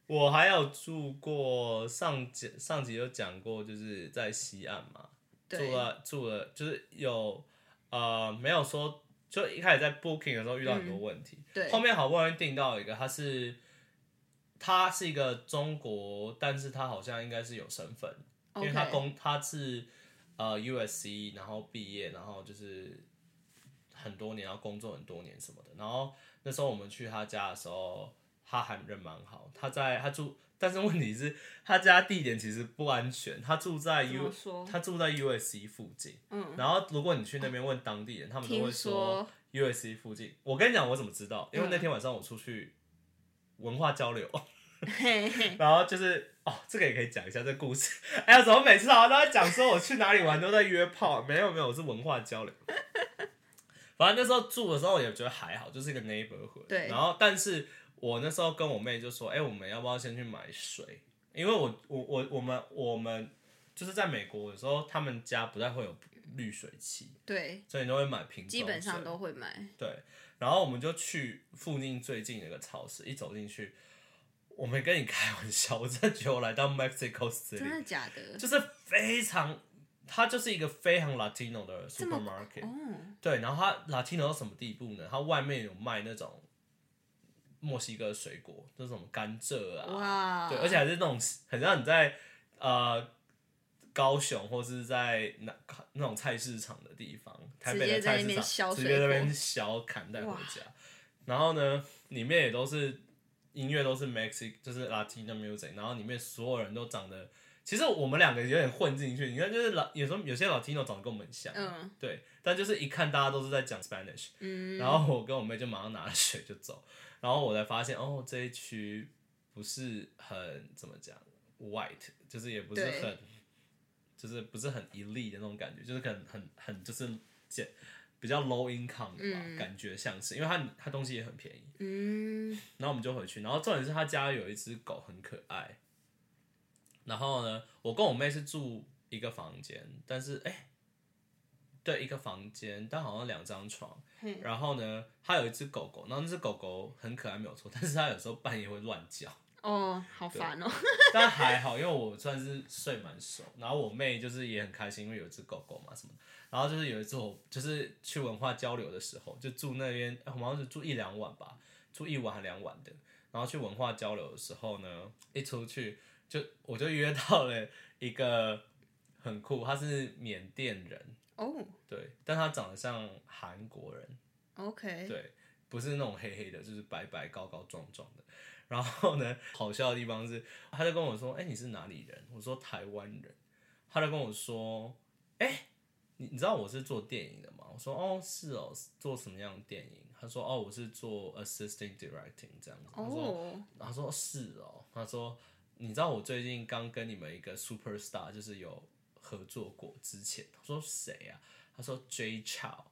Speaker 2: 我还有住过上集上集有讲过，就是在西岸嘛，住
Speaker 1: 对，
Speaker 2: 了住了，就是有呃没有说，就一开始在 Booking 的时候遇到很多问题，
Speaker 1: 嗯对
Speaker 2: 后面好不容易订到一个，他是他是一个中国，但是他好像应该是有身份因为他
Speaker 1: OK
Speaker 2: 工他是呃 USC，然后毕业，然后就是很多年，然后工作很多年什么的。然后那时候我们去他家的时候，他还人蛮好，他在他住，但是问题是他家地点其实不安全，他住在
Speaker 1: 怎么
Speaker 2: U
Speaker 1: 说
Speaker 2: 他住在 USC 附近，
Speaker 1: 嗯，
Speaker 2: 然后如果你去那边问当地人，他们都会
Speaker 1: 听嗯
Speaker 2: 说 USC 附近。我跟你讲，我怎么知道？因为那天晚上我出去文化交流，
Speaker 1: 嘿嘿，
Speaker 2: 然后就是哦，这个也可以讲一下这故事。哎呀，怎么每次好像都在讲说我去哪里玩都在约炮？没有没有，我是文化交流。 反正那时候住的时候也觉得还好，就是一个 neighborhood。
Speaker 1: 对
Speaker 2: 然后，但是我那时候跟我妹就说：“哎、我们要不要先去买水？因为我我我我们我们就是在美国有时候他们家不太会有滤水器，
Speaker 1: 对，
Speaker 2: 所以你都会买瓶装水。
Speaker 1: 基本上都会买。
Speaker 2: 对，然后我们就去附近最近的一个超市，一走进去，我没跟你开玩笑，我真的觉得我来到 Mexico
Speaker 1: 真
Speaker 2: City，
Speaker 1: 的假的？
Speaker 2: 就是非常，它就是一个非常 Latino 的
Speaker 1: 这么
Speaker 2: supermarket，
Speaker 1: 哦，
Speaker 2: 对，然后它 Latino 到什么地步呢？它外面有卖那种墨西哥水果，就是什么甘蔗
Speaker 1: 哇，
Speaker 2: 啊，对，而且还是那种很像你在呃高雄或是在那那种菜市场的地方，台北的
Speaker 1: 直接在那
Speaker 2: 菜市
Speaker 1: 边削
Speaker 2: 场，直
Speaker 1: 水
Speaker 2: 接在那
Speaker 1: 果
Speaker 2: 边削砍带回
Speaker 1: 哇
Speaker 2: 家。然后呢，里面也都是音乐都是 Mexic，就是 Latino music，然后里面所有人都长得，其实我们两个有点混进去。你看，就是老有时候有些 Latino 长得跟我们很像，
Speaker 1: 嗯
Speaker 2: 对，但就是一看大家都是在讲 Spanish，
Speaker 1: 嗯，
Speaker 2: 然后我跟我妹就马上拿了水就走，然后我才发现哦，这一区不是很怎么讲 white，就是也不是
Speaker 1: 对
Speaker 2: 很，就是不是很 elite 的那种感觉，就是很很很就是简比较 low income 的吧，
Speaker 1: 嗯
Speaker 2: 感觉像是，因为它它东西也很便宜，
Speaker 1: 嗯，
Speaker 2: 然后我们就回去，然后重点是他家有一只狗很可爱，然后呢，我跟我妹是住一个房间，但是哎、对一个房间，但好像两张床。
Speaker 1: 嘿
Speaker 2: 然后呢，它有一只狗狗，然后那只狗狗很可爱，没有错，但是它有时候半夜会乱叫，
Speaker 1: 哦，好烦哦，
Speaker 2: 但还好，因为我算是睡蛮熟，然后我妹就是也很开心，因为有一只狗狗嘛什么的。然后就是有一次我就是去文化交流的时候，就住那边，哎我们好像是住一两晚吧，住一晚还两晚的。然后去文化交流的时候呢，一出去，就我就约到了一个很酷，他是缅甸人，
Speaker 1: 哦
Speaker 2: 对，但他长得像韩国人，
Speaker 1: ，OK，
Speaker 2: 对，不是那种黑黑的，就是白白高高壮壮的。然后呢，好笑的地方是，他就跟我说：“哎、你是哪里人？”我说：“台湾人。”他就跟我说：“哎、你你知道我是做电影的吗？”我说：“哦，是哦，做什么样的电影？”他说：“哦，我是做 assisting directing 这样子。”他说：“
Speaker 1: 哦，
Speaker 2: 他说是哦，他说你知道我最近刚跟你们一个 super star 就是有合作过之前，他说谁啊？他说 J Chow，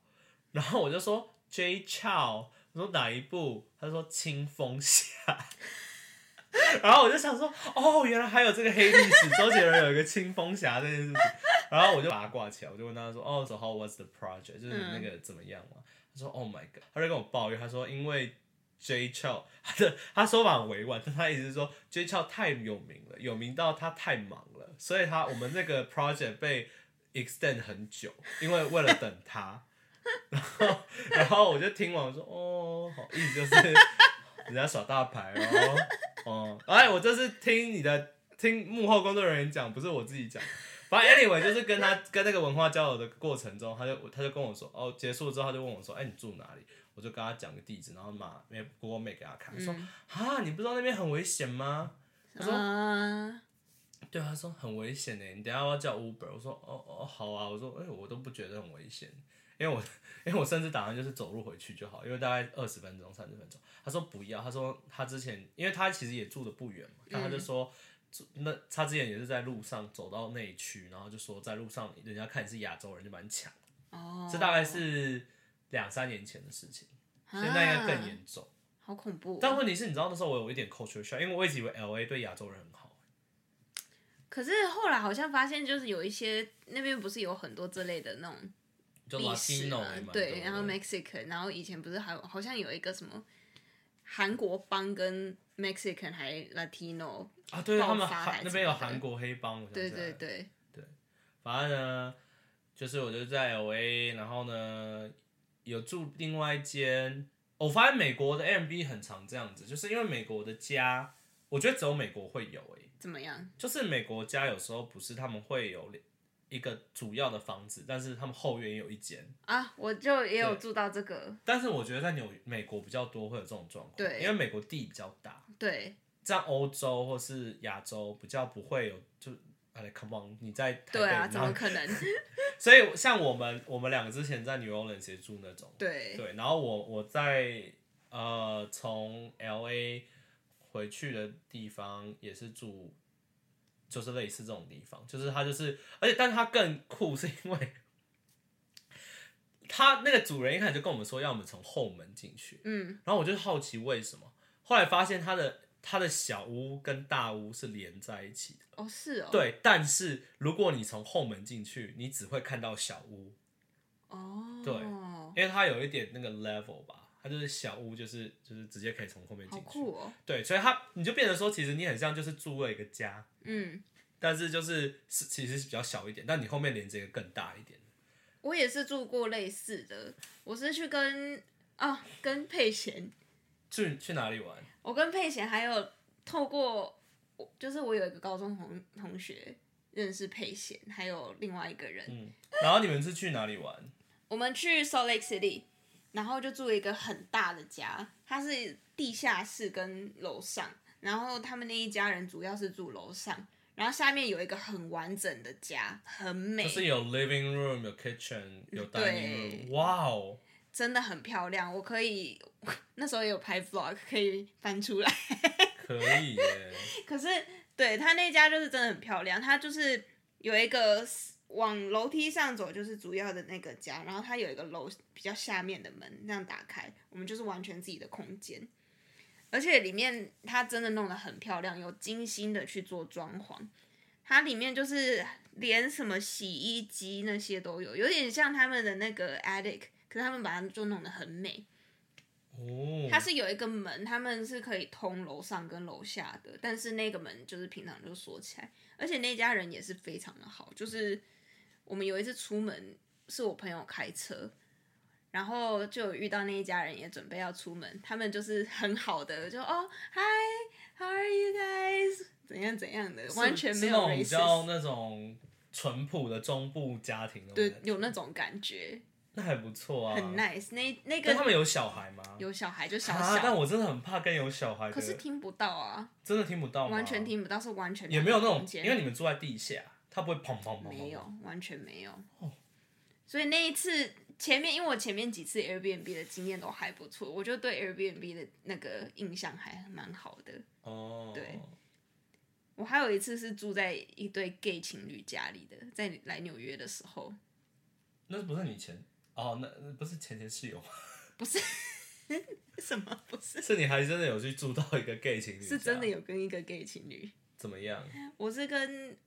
Speaker 2: 然后我就说 J Chow，我说哪一部？他说清风侠。 然后我就想说，哦，原来还有这个黑历史，周杰伦有一个清风侠这件事情，然后我就把它挂起来，我就问他说，哦，so how was the project？就是你那个怎么样嘛？他说，Oh my god，他就跟我抱怨，他说因为 J Chow，他的他说法很委婉，但他意思是说 J Chow 太有名了，有名到他太忙了，所以他我们那个 project 被 extend 很久，因为为了等他。然后，然后我就听完我说哦，好，意思就是人家耍大牌哦，哦、哎，我这是听你的听幕后工作人员讲，不是我自己讲。反正 anyway 就是跟他跟那个文化交流的过程中，他就他就跟我说，哦，结束之后他就问我说，哎、你住哪里？我就跟他讲个地址，然后马没 Google Map 给他看，说啊，你不知道那边很危险吗？他说
Speaker 1: 啊，
Speaker 2: 对，他说很危险呢，欸你等一下要叫 Uber。我说哦哦好啊，我说哎、我都不觉得很危险，因为我因为我甚至打算就是走路回去就好，因为大概二十分钟三十分钟。他说不要，他说他之前因为他其实也住的不远嘛，但他
Speaker 1: 嗯
Speaker 2: 就说。住那他之前也是在路上走到内区，然后就说在路上人家看你是亚洲人就把你抢，
Speaker 1: 哦，
Speaker 2: 这大概是两三年前的事情，现在应该更严重。
Speaker 1: 啊好恐怖哦、
Speaker 2: 但问题是，你知道那时候我有一点 culture shock，因为我一直以为 L A 对亚洲人很好，
Speaker 1: 可是后来好像发现，就是有一些那边不是有很多这类的那种
Speaker 2: 就
Speaker 1: 历史
Speaker 2: Latino
Speaker 1: 嘛
Speaker 2: 也蛮，多
Speaker 1: 对，然后
Speaker 2: 啊的
Speaker 1: Mexican，然后以前不是还有好像有一个什么韩国帮跟 Mexican 还 Latino，
Speaker 2: 啊，对，他们
Speaker 1: 爆发还
Speaker 2: 韩
Speaker 1: 是
Speaker 2: 那边有
Speaker 1: 什么的
Speaker 2: 韩国黑帮，我想
Speaker 1: 对
Speaker 2: 起来
Speaker 1: 对
Speaker 2: 了。
Speaker 1: 对，
Speaker 2: 反正呢，就是我就在 L A，然后呢有住另外一间。我发现美国的 M B 很常这样子，就是因为美国的家，我觉得只有美国会有诶、
Speaker 1: 怎么样？
Speaker 2: 就是美国家有时候不是他们会有一个主要的房子，但是他们后院有一间，
Speaker 1: 啊，我就也有
Speaker 2: 对
Speaker 1: 住到这个，
Speaker 2: 但是我觉得在纽美国比较多会有这种状况，
Speaker 1: 对
Speaker 2: 因为美国地比较大，
Speaker 1: 对
Speaker 2: 在欧洲或是亚洲比较不会有就。哎，Come on！你在台北，
Speaker 1: 对啊，
Speaker 2: 然
Speaker 1: 怎
Speaker 2: 后
Speaker 1: 么 可能？
Speaker 2: 所以像我们我们两个之前在 New Orleans 也住那种，
Speaker 1: 对，
Speaker 2: 对，然后我我在呃从 L A 回去的地方也是住，就是类似这种地方，就是它就是，而且但是它更酷是因为。他那个主人一开始就跟我们说，要我们从后门进去，
Speaker 1: 嗯，
Speaker 2: 然后我就好奇为什么，后来发现他的他的小屋跟大屋是连在一起的，
Speaker 1: 哦是哦，，
Speaker 2: 对，但是如果你从后门进去，你只会看到小屋，
Speaker 1: 哦，
Speaker 2: 对因为它有一点那个 level 吧，它就是小屋，就是就是直接可以从后面
Speaker 1: 好
Speaker 2: 进去。
Speaker 1: 酷哦，
Speaker 2: 对，所以它你就变成说，其实你很像就是住了一个家，
Speaker 1: 嗯，
Speaker 2: 但是就是是其实是比较小一点，但你后面连接一个更大一点。
Speaker 1: 我也是住过类似的，我是去跟啊跟佩贤，
Speaker 2: 去去哪里玩？
Speaker 1: 我跟佩贤还有透过，我就是我有一个高中同同学认识佩贤，还有另外一个人，
Speaker 2: 嗯，然后你们是去哪里玩？
Speaker 1: 我们去 Salt Lake City，然后就住一个很大的家，它是地下室跟楼上，然后他们那一家人主要是住楼上，然后下面有一个很完整的家，很美，嗯
Speaker 2: 就是有 living room，有 kitchen，有 dining
Speaker 1: 对
Speaker 2: room。哇哦，
Speaker 1: 真的很漂亮。我可以 那时候也有拍 vlog，可以翻出来。
Speaker 2: 可以耶！
Speaker 1: 可是对他那家就是真的很漂亮，它就是有一个 s- 往楼梯上走就是主要的那个家，然后它有一个楼比较下面的门，那样打开，我们就是完全自己的空间。而且里面它真的弄得很漂亮，有精心的去做装潢。它里面就是连什么洗衣机那些都有，有点像他们的那个 attic，可是他们把它就弄得很美。
Speaker 2: 哦，
Speaker 1: 它是有一个门，他们是可以通楼上跟楼下的，但是那个门就是平常就锁起来，而且那家人也是非常的好，就是我们有一次出门是我朋友开车，然后就有遇到那一家人也准备要出门，他们就是很好的就哦嗨，how are you guys 怎怎样怎样的，完全
Speaker 2: 是
Speaker 1: 没
Speaker 2: 那
Speaker 1: 有
Speaker 2: 种比
Speaker 1: racist，
Speaker 2: 较那种淳朴的中部家庭那种
Speaker 1: 对
Speaker 2: 感，觉，
Speaker 1: 有那种感觉，
Speaker 2: 那还不错啊，
Speaker 1: 很 nice 那。那
Speaker 2: 但他
Speaker 1: 个
Speaker 2: 们有小孩吗？
Speaker 1: 有小孩就小
Speaker 2: 啊，但
Speaker 1: 小，
Speaker 2: 我真的很怕跟有小孩的，
Speaker 1: 可是听不到啊，
Speaker 2: 真的听不到吗，
Speaker 1: 完全听不到，是完全
Speaker 2: 也没有那种
Speaker 1: 空，间
Speaker 2: 因为你们住在地下，他不会砰砰砰砰，
Speaker 1: 没有，完全没有。
Speaker 2: 哦
Speaker 1: 所以那一次前面，因为我前面几次 Airbnb 的经验都还不错，我就对 Airbnb 的那个印象还蛮好的。
Speaker 2: 哦，
Speaker 1: 对我还有一次是住在一对 gay 情侣家里的，在来纽约的时候，
Speaker 2: 那不是你前哦，那那不是前前室友吗？
Speaker 1: 什么不是？
Speaker 2: 是你还真的有去住到一个 gay 情侣家，
Speaker 1: 是真的有跟一个 gay 情侣，
Speaker 2: 怎么样？
Speaker 1: 我是跟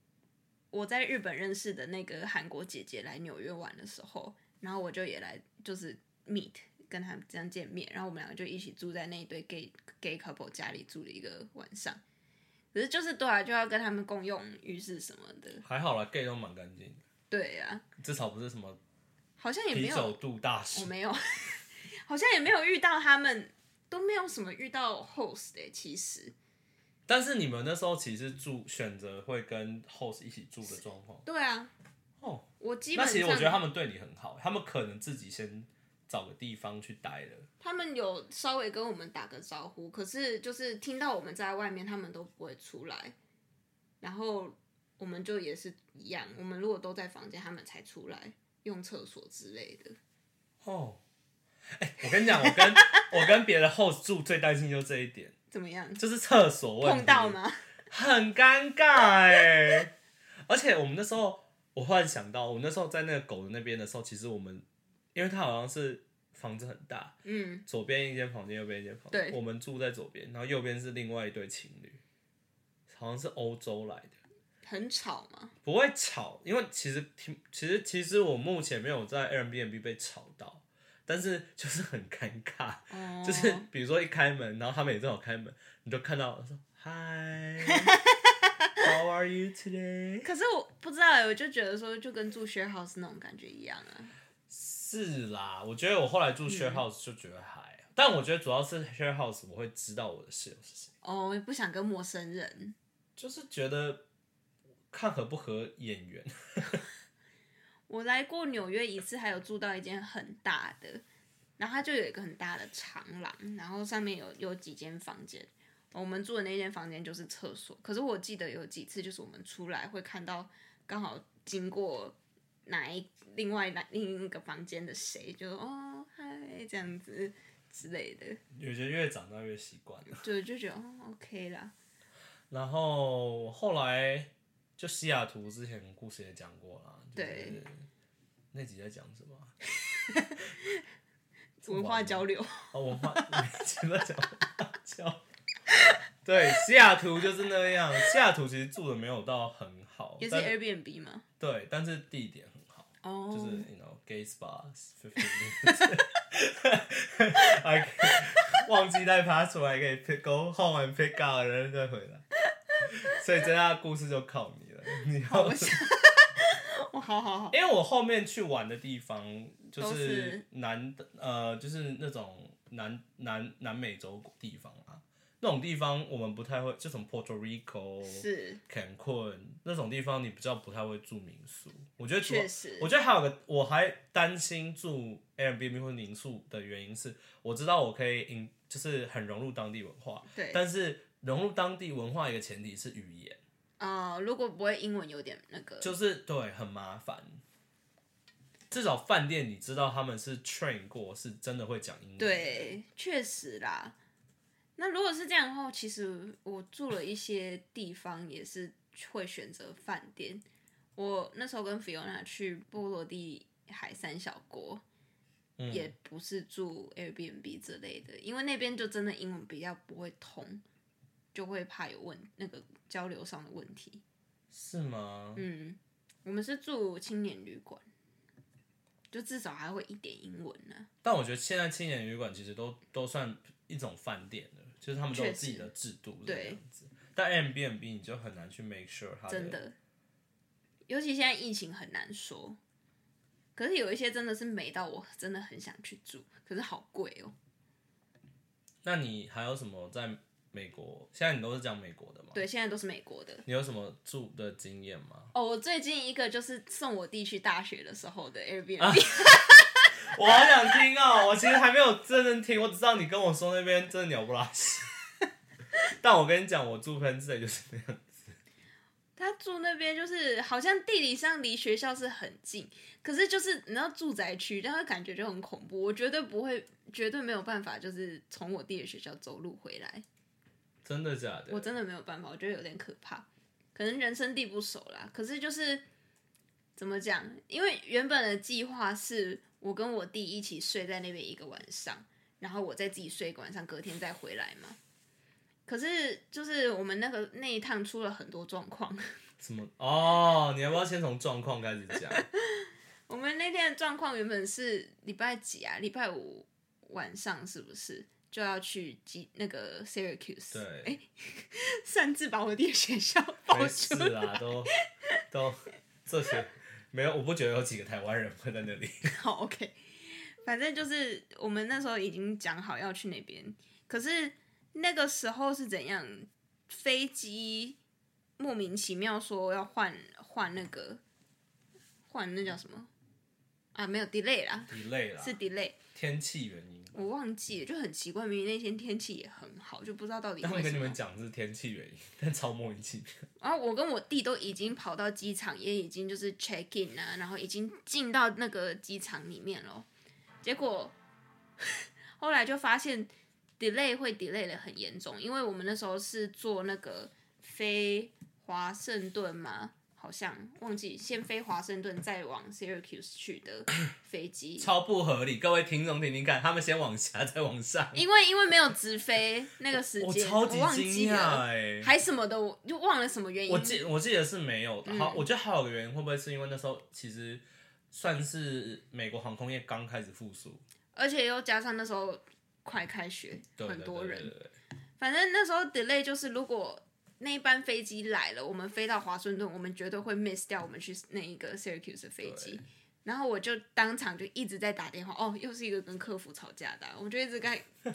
Speaker 1: 我在日本认识的那个韩国姐姐来纽约玩的时候，然后我就也来就是 meet 跟他们这样见面，然后我们两个就一起住在那一对 gay gay couple 家里住了一个晚上。可是就是对啊，就要跟他们共用浴室什么的，
Speaker 2: 还好啦 g a y 都蛮干净的，
Speaker 1: 对啊，
Speaker 2: 至少不是什么
Speaker 1: 好像也没
Speaker 2: 啤
Speaker 1: 有
Speaker 2: 酒肚大
Speaker 1: 我
Speaker 2: 师。
Speaker 1: 没有， 好像也没有遇到他们，都没有什么遇到 host 哎、其实
Speaker 2: 但是你们那时候其实住选择会跟 host 一起住的状况
Speaker 1: 对啊，
Speaker 2: 哦，
Speaker 1: 我基
Speaker 2: 那
Speaker 1: 本
Speaker 2: 其
Speaker 1: 上
Speaker 2: 实我觉得他们对你很好，欸他们可能自己先找个地方去待了。
Speaker 1: 他们有稍微跟我们打个招呼，可是就是听到我们在外面，他们都不会出来，然后我们就也是一样，我们如果都在房间，他们才出来用厕所之类的。
Speaker 2: 哦，哎、我跟你讲，我跟我跟别的 host 住最担心就这一点，
Speaker 1: 怎么样？
Speaker 2: 就是厕所问题
Speaker 1: 碰到吗？
Speaker 2: 很尴尬哎、而且我们那时候，我忽然想到，我们那时候在那个狗的那边的时候，其实我们，因为它好像是房子很大，
Speaker 1: 嗯，
Speaker 2: 左边一间房间，右边一间房间，
Speaker 1: 对
Speaker 2: 我们住在左边，然后右边是另外一对情侣，好像是欧洲来的，
Speaker 1: 很吵吗？
Speaker 2: 不会吵，因为其实听，其实其实我目前没有在 Airbnb 被吵到，但是就是很尴尬，
Speaker 1: 哦
Speaker 2: 就是 比如说一开门，然后他们也正好开门，你就看到说 Hi，How are you today？
Speaker 1: 可是我不知道哎、我就觉得说，就跟住 share house 那种感觉一样啊。
Speaker 2: 是啦，我觉得我后
Speaker 1: 嗯
Speaker 2: 来住 share house 就觉得还，但我觉得主要是 share house 我会知道我的室友是谁，
Speaker 1: 哦，我也不想跟陌生人。
Speaker 2: 就是觉得看合不合眼缘。
Speaker 1: 我来过纽约一次，还有住到一间很大的，然后它就有一个很大的长廊，然后上面有有几间房间。我们住的那间房间就是厕所，可是我记得有几次就是我们出来会看到刚好经过哪一另外哪另一个房间的谁，就哦嗨这样子之类的，
Speaker 2: 我觉得越长大越习惯了。
Speaker 1: 就就觉得哦 OK 啦，
Speaker 2: 然后后来就西雅图之前故事也讲过啦，就是
Speaker 1: 对，
Speaker 2: 那集在讲什么啊？
Speaker 1: 文化交流。
Speaker 2: 哦，我画每集都讲画交。对，西雅图就是那样。西雅图其实住的没有到很好，
Speaker 1: 也是
Speaker 2: 但
Speaker 1: Airbnb 吗？
Speaker 2: 对，但是地点很好，
Speaker 1: 哦
Speaker 2: 就是 you know gay spa fifteen minutes，还可以忘记带 password 还可以 pick go 换完 pick up 然后再回来，所以这样的故事就靠你了。你要，
Speaker 1: 哦，好好好，
Speaker 2: 因为我后面去玩的地方就
Speaker 1: 都
Speaker 2: 是
Speaker 1: 是
Speaker 2: 南呃，就是那种南南南美洲地方啊，那种地方我们不太会，就什么 Puerto Rico、
Speaker 1: 是
Speaker 2: Cancun 那种地方，你比较不太会住民宿。我觉得主要
Speaker 1: 确实
Speaker 2: 我觉得还有个我还担心住 Airbnb 或民宿的原因是，我知道我可以 in 就是很融入当地文化，
Speaker 1: 对。
Speaker 2: 但是融入当地文化一个前提是语言，
Speaker 1: 啊、如果不会英文有点那个，
Speaker 2: 就是对很麻烦。至少饭店你知道他们是 train 过，是真的会讲英文。，
Speaker 1: 对，确实啦。那如果是这样的话，其实我住了一些地方也是会选择饭店。我那时候跟 Fiona 去波罗的海三小国，
Speaker 2: 嗯
Speaker 1: 也不是住 Airbnb 之类的，因为那边就真的英文比较不会通，就会怕有问那个交流上的问题。
Speaker 2: 是吗？
Speaker 1: 嗯，我们是住青年旅馆，就至少还会一点英文呢、
Speaker 2: 但我觉得现在青年旅馆其实都都算一种饭店了，就是他们都有
Speaker 1: 确实
Speaker 2: 自己的制度这
Speaker 1: 对
Speaker 2: 个样子。但 M B N B 你就很难去 make sure 它
Speaker 1: 真的。尤其现在疫情很难说，可是有一些真的是美到我真的很想去住，可是好贵哦、
Speaker 2: 那你还有什么在美国，现在你都是讲美国的吗？
Speaker 1: 对，现在都是美国的。
Speaker 2: 你有什么住的经验吗？
Speaker 1: 哦，我最近一个就是送我弟去大学的时候的 Airbnb，、
Speaker 2: 我好想听哦、我其实还没有真正听，我只知道你跟我说那边真的鸟不拉屎。 但我跟你讲，我住喷子就是那样，
Speaker 1: 他住那边就是好像地理上离学校是很近，可是就是你知道住宅区，但会感觉就很恐怖。我绝对不会，绝对没有办法，就是从我弟的学校走路回来，
Speaker 2: 真的假
Speaker 1: 我
Speaker 2: 的？
Speaker 1: 真的没有办法，我觉得有点可怕。可能人生地不熟啦，可是就是怎么讲？因为原本的计划是我跟我弟一起睡在那边一个晚上，然后我再自己睡一个晚上，隔天再回来嘛。可是就是我们那个那一趟出了很多状况。
Speaker 2: 什么？哦，你要不要先从状况开始讲？
Speaker 1: 我们那天的状况原本是礼拜几啊？礼拜五晚上是不是就要去基那个 Syracuse？
Speaker 2: 对，
Speaker 1: 哎、擅自把我弟的学校
Speaker 2: 没
Speaker 1: 爆
Speaker 2: 事
Speaker 1: 出，
Speaker 2: 啊，都都这些没有，我不觉得有几个台湾人会在那里。
Speaker 1: 好 OK。反正就是我们那时候已经讲好要去那边，可是那个时候是怎样？飞机莫名其妙说要换换那个换那叫什么啊？没有 delay 啦，
Speaker 2: 你累啦，
Speaker 1: 是 delay。
Speaker 2: 天气原因。
Speaker 1: 我忘记了，就很奇怪，明明那天天气也很好，就不知道到底
Speaker 2: 他们
Speaker 1: 为
Speaker 2: 跟
Speaker 1: 什
Speaker 2: 你
Speaker 1: 么
Speaker 2: 们。讲是天气原因，但超莫名其妙。
Speaker 1: 然后我跟我弟都已经跑到机场，也已经就是 check in 啊，然后已经进到那个机场里面了。结果后来就发现 delay 会 delay 的很严重，因为我们那时候是坐那个飞华盛顿嘛，好像忘记先飞华盛顿，再往 Syracuse 去的飞机。
Speaker 2: 超不合理。各位听众听听看，他们先往下，再往上。
Speaker 1: 因为因为没有直飞那个时
Speaker 2: 我
Speaker 1: 间，
Speaker 2: 超级
Speaker 1: 忘记
Speaker 2: 惊
Speaker 1: 了
Speaker 2: 讶。哎！
Speaker 1: 还什么的，我就忘了什么原因。
Speaker 2: 我记我记得是没有
Speaker 1: 嗯
Speaker 2: 的。好，我觉得还有个原因，会不会是因为那时候其实算是美国航空业刚开始复苏，
Speaker 1: 而且又加上那时候快开学，
Speaker 2: 对
Speaker 1: 很多人。
Speaker 2: 对对对对
Speaker 1: 反正那时候 delay 就是，如果那一班飞机来了，我们飞到华盛顿，我们绝对会 miss 掉我们去那一个 Syracuse 的飞机
Speaker 2: 对。
Speaker 1: 然后我就当场就一直在打电话，哦，又是一个跟客服吵架的啊、我就一直 跟他，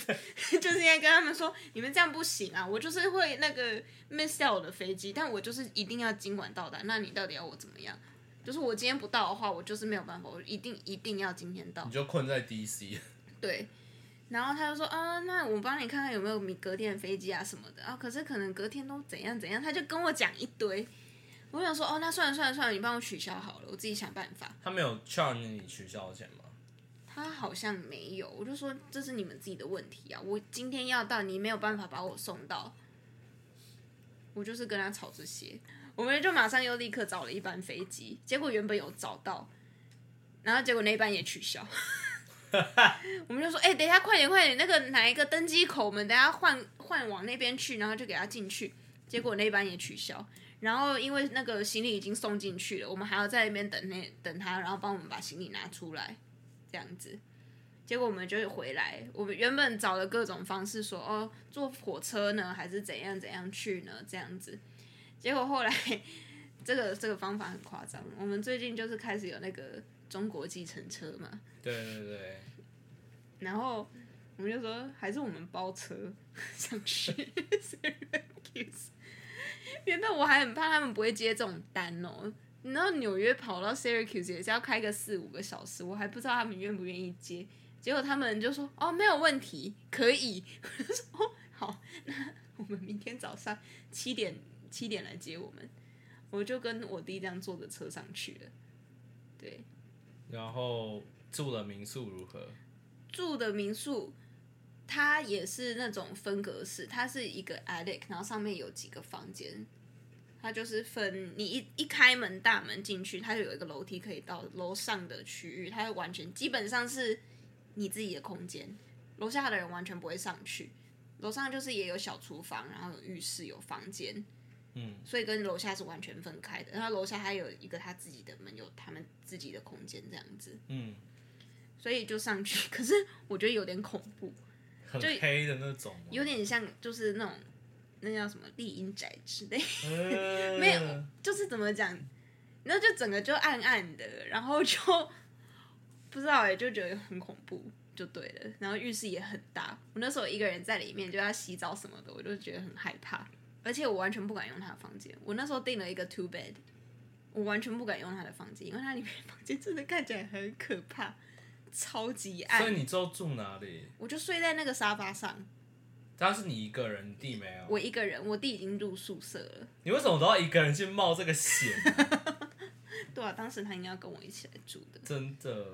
Speaker 1: 就是应该跟他们说，你们这样不行啊，我就是会那个 miss 掉我的飞机，但我就是一定要今晚到达，那你到底要我怎么样？就是我今天不到的话，我就是没有办法，我一定一定要今天到
Speaker 2: 你。就困在 DC，
Speaker 1: 对，然后他就说啊，那我帮你看看有没有你隔天的飞机啊什么的啊，可是可能隔天都怎样怎样，他就跟我讲一堆。我想说哦，那算了算了算了，你帮我取消好了，我自己想办法。
Speaker 2: 他没有 charge 你取消钱吗？
Speaker 1: 他好像没有，我就说这是你们自己的问题啊，我今天要到，你没有办法把我送到。我就是跟他吵这些，我们就马上又立刻找了一班飞机，结果原本有找到，然后结果那一班也取消。我们就说，哎、等一下，快点，快点，那个哪一个登机口，我们等一下换换往那边去，然后就给他进去。结果那一班也取消，然后因为那个行李已经送进去了，我们还要在那边等那等他，然后帮我们把行李拿出来，这样子。结果我们就回来，我们原本找了各种方式说，哦，坐火车呢，还是怎样怎样去呢，这样子。结果后来这个这个方法很夸张，我们最近就是开始有那个中国计程车嘛，
Speaker 2: 对对对，
Speaker 1: 然后我们就说，还是我们包车上去 Syracuse。原本我还很怕他们不会接这种单哦。你知道纽约跑到 Syracuse 也是要开个四五个小时，我还不知道他们愿不愿意接。结果他们就说：“哦，没有问题，可以。” 我就说：“哦，好，那我们明天早上七点七点来接我们。”我就跟我弟这样坐着车上去了。对，
Speaker 2: 然后住的民宿如何？
Speaker 1: 住的民宿，它也是那种分隔式，它是一个 attic，然后上面有几个房间。它就是分你一一开门大门进去，它就有一个楼梯可以到楼上的区域，它完全基本上是你自己的空间，楼下的人完全不会上去。楼上就是也有小厨房，然后有浴室，有房间，
Speaker 2: 嗯，
Speaker 1: 所以跟楼下是完全分开的。然后楼下还有一个他自己的门，有他们自己的空间这样子，
Speaker 2: 嗯，
Speaker 1: 所以就上去。 可是我觉得有点恐怖，
Speaker 2: 很
Speaker 1: 就
Speaker 2: 黑的那种吗，
Speaker 1: 有点像就是那种那叫什么丽英宅之类，
Speaker 2: 呃
Speaker 1: 没有就是怎么讲，那欸就整个就暗暗的，然后就不知道哎、就觉得很恐怖。就对了。然后浴室也很大，我那时候一个人在里面就要洗澡什么的，我就觉得很害怕，而且我完全不敢用他的房间。我那时候订了一个 two bed，我完全不敢用他的房间，因为他里面房间真的看起来很可怕，超级
Speaker 2: 所以
Speaker 1: 暗。
Speaker 2: 你之后住哪里？
Speaker 1: 我就睡在那个沙发上，
Speaker 2: 他是你一个人地没有？
Speaker 1: 我一个人，我弟已经入宿舍了。
Speaker 2: 你为什么都要一个人去冒这个险 啊、
Speaker 1: 对啊，当时他应该要跟我一起来住的。
Speaker 2: 真的，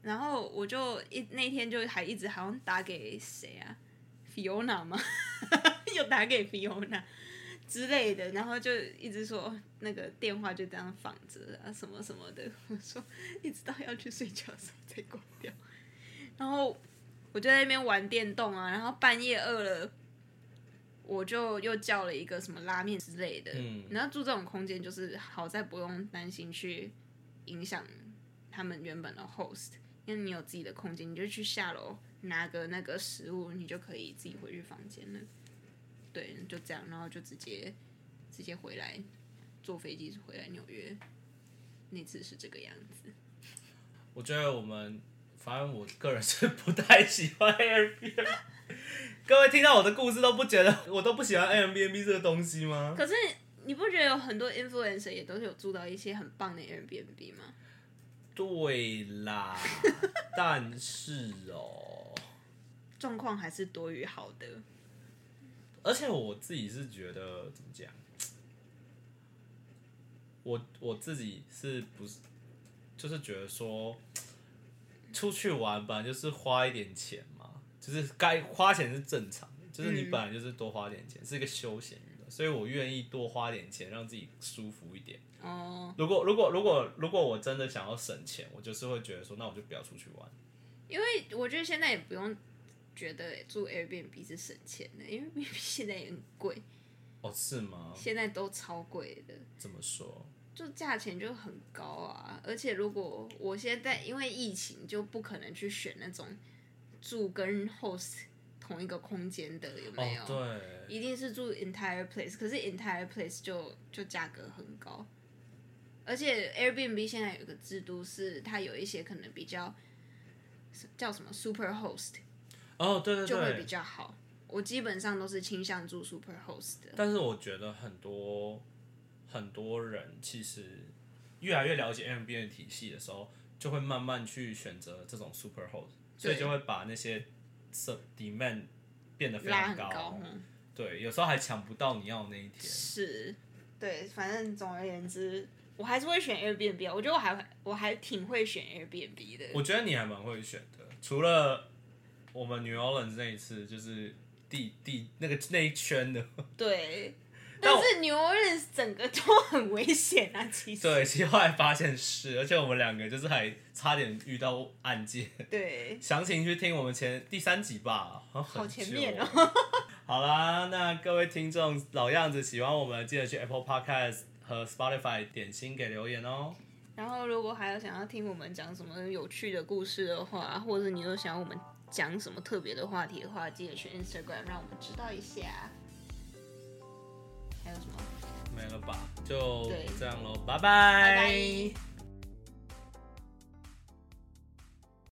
Speaker 1: 然后我就一那天就还一直好像打给谁啊，Fiona 吗？ 又打给 Fiona 之类的，然后就一直说哦那个电话就这样放着啊什么什么的，我说一直到要去睡觉的时候才关掉。然后我就在那边玩电动啊，然后半夜饿了，我就又叫了一个什么拉面之类的。
Speaker 2: 嗯
Speaker 1: 然后住这种空间就是好在不用担心去影响他们原本的 host，因为你有自己的空间，你就去下楼拿个那个食物，你就可以自己回去房间了。对，就这样，然后就直接直接回来，坐飞机回来纽约。那次是这个样子，
Speaker 2: 我觉得我们，反正我个人是不太喜欢 Airbnb。各位听到我的故事都不觉得我都不喜欢 Airbnb 这个东西吗？
Speaker 1: 可是你不觉得有很多 influencer 也都是有住到一些很棒的 Airbnb 吗？
Speaker 2: 对啦，但是哦，
Speaker 1: 状况还是多于好的。
Speaker 2: 而且我自己是觉得怎么讲，我我自己是不是就是觉得说，出去玩本来就是花一点钱嘛，就是该花钱是正常的，就是你
Speaker 1: 嗯
Speaker 2: 本来就是多花点钱，是一个休闲娱乐，所以我愿意多花点钱让自己舒服一点。
Speaker 1: 哦，
Speaker 2: 如果如果如果如果我真的想要省钱，我就是会觉得说，那我就不要出去玩。
Speaker 1: 因为我觉得现在也不用觉得住 Airbnb 是省钱的，因为 Airbnb 现在也很贵，
Speaker 2: 哦，是吗？
Speaker 1: 现在都超贵的。
Speaker 2: 怎么说？
Speaker 1: 就价钱就很高啊，而且如果我现在因为疫情就不可能去选那种住跟 host 同一个空间的，有
Speaker 2: 哦
Speaker 1: 没有？，
Speaker 2: 对，
Speaker 1: 一定是住 entire place，可是 entire place 就就价格很高，而且 Airbnb 现在有一个制度是它有一些可能比较叫什么 super host
Speaker 2: 哦，对对
Speaker 1: 就会
Speaker 2: 对
Speaker 1: 比，较好，我基本上都是倾向住 super host 的，
Speaker 2: 但是我觉得很多很多人其实越来越了解 M B N 体系的时候，就会慢慢去选择这种 super host，所
Speaker 1: 对
Speaker 2: 以就会把那些 sub demand 变得非
Speaker 1: 拉
Speaker 2: 常
Speaker 1: 很
Speaker 2: 高。哦
Speaker 1: 高，嗯。
Speaker 2: 对，有时候还抢不到你要的那一天。
Speaker 1: 是，对，反正总而言之，我还是会选 Airbnb 啊。我觉得我还我还挺会选 Airbnb 的。
Speaker 2: 我觉得你还蛮会选的，除了我们 New Orleans 那一次，就是地地那个那一圈的，
Speaker 1: 对，
Speaker 2: 但
Speaker 1: 但
Speaker 2: 我
Speaker 1: 是 New Orleans 整个都很危险啊，其实。
Speaker 2: 对，其实后来发现是，而且我们两个就是还差点遇到案件。
Speaker 1: 对
Speaker 2: 详情去听我们前第三集吧， 好
Speaker 1: 好前面哦。
Speaker 2: 好啦，那各位听众老样子，喜欢我们记得去 Apple Podcast 和 Spotify 点心给留言哦。
Speaker 1: 然后，如果还有想要听我们讲什么有趣的故事的话，或者你有想要我们讲什么特别的话题的话，记得去 Instagram 让我们知道一下。还有什么？
Speaker 2: 没了吧，就
Speaker 1: 对
Speaker 2: 这样喽，拜
Speaker 1: 拜
Speaker 2: 拜
Speaker 1: 拜。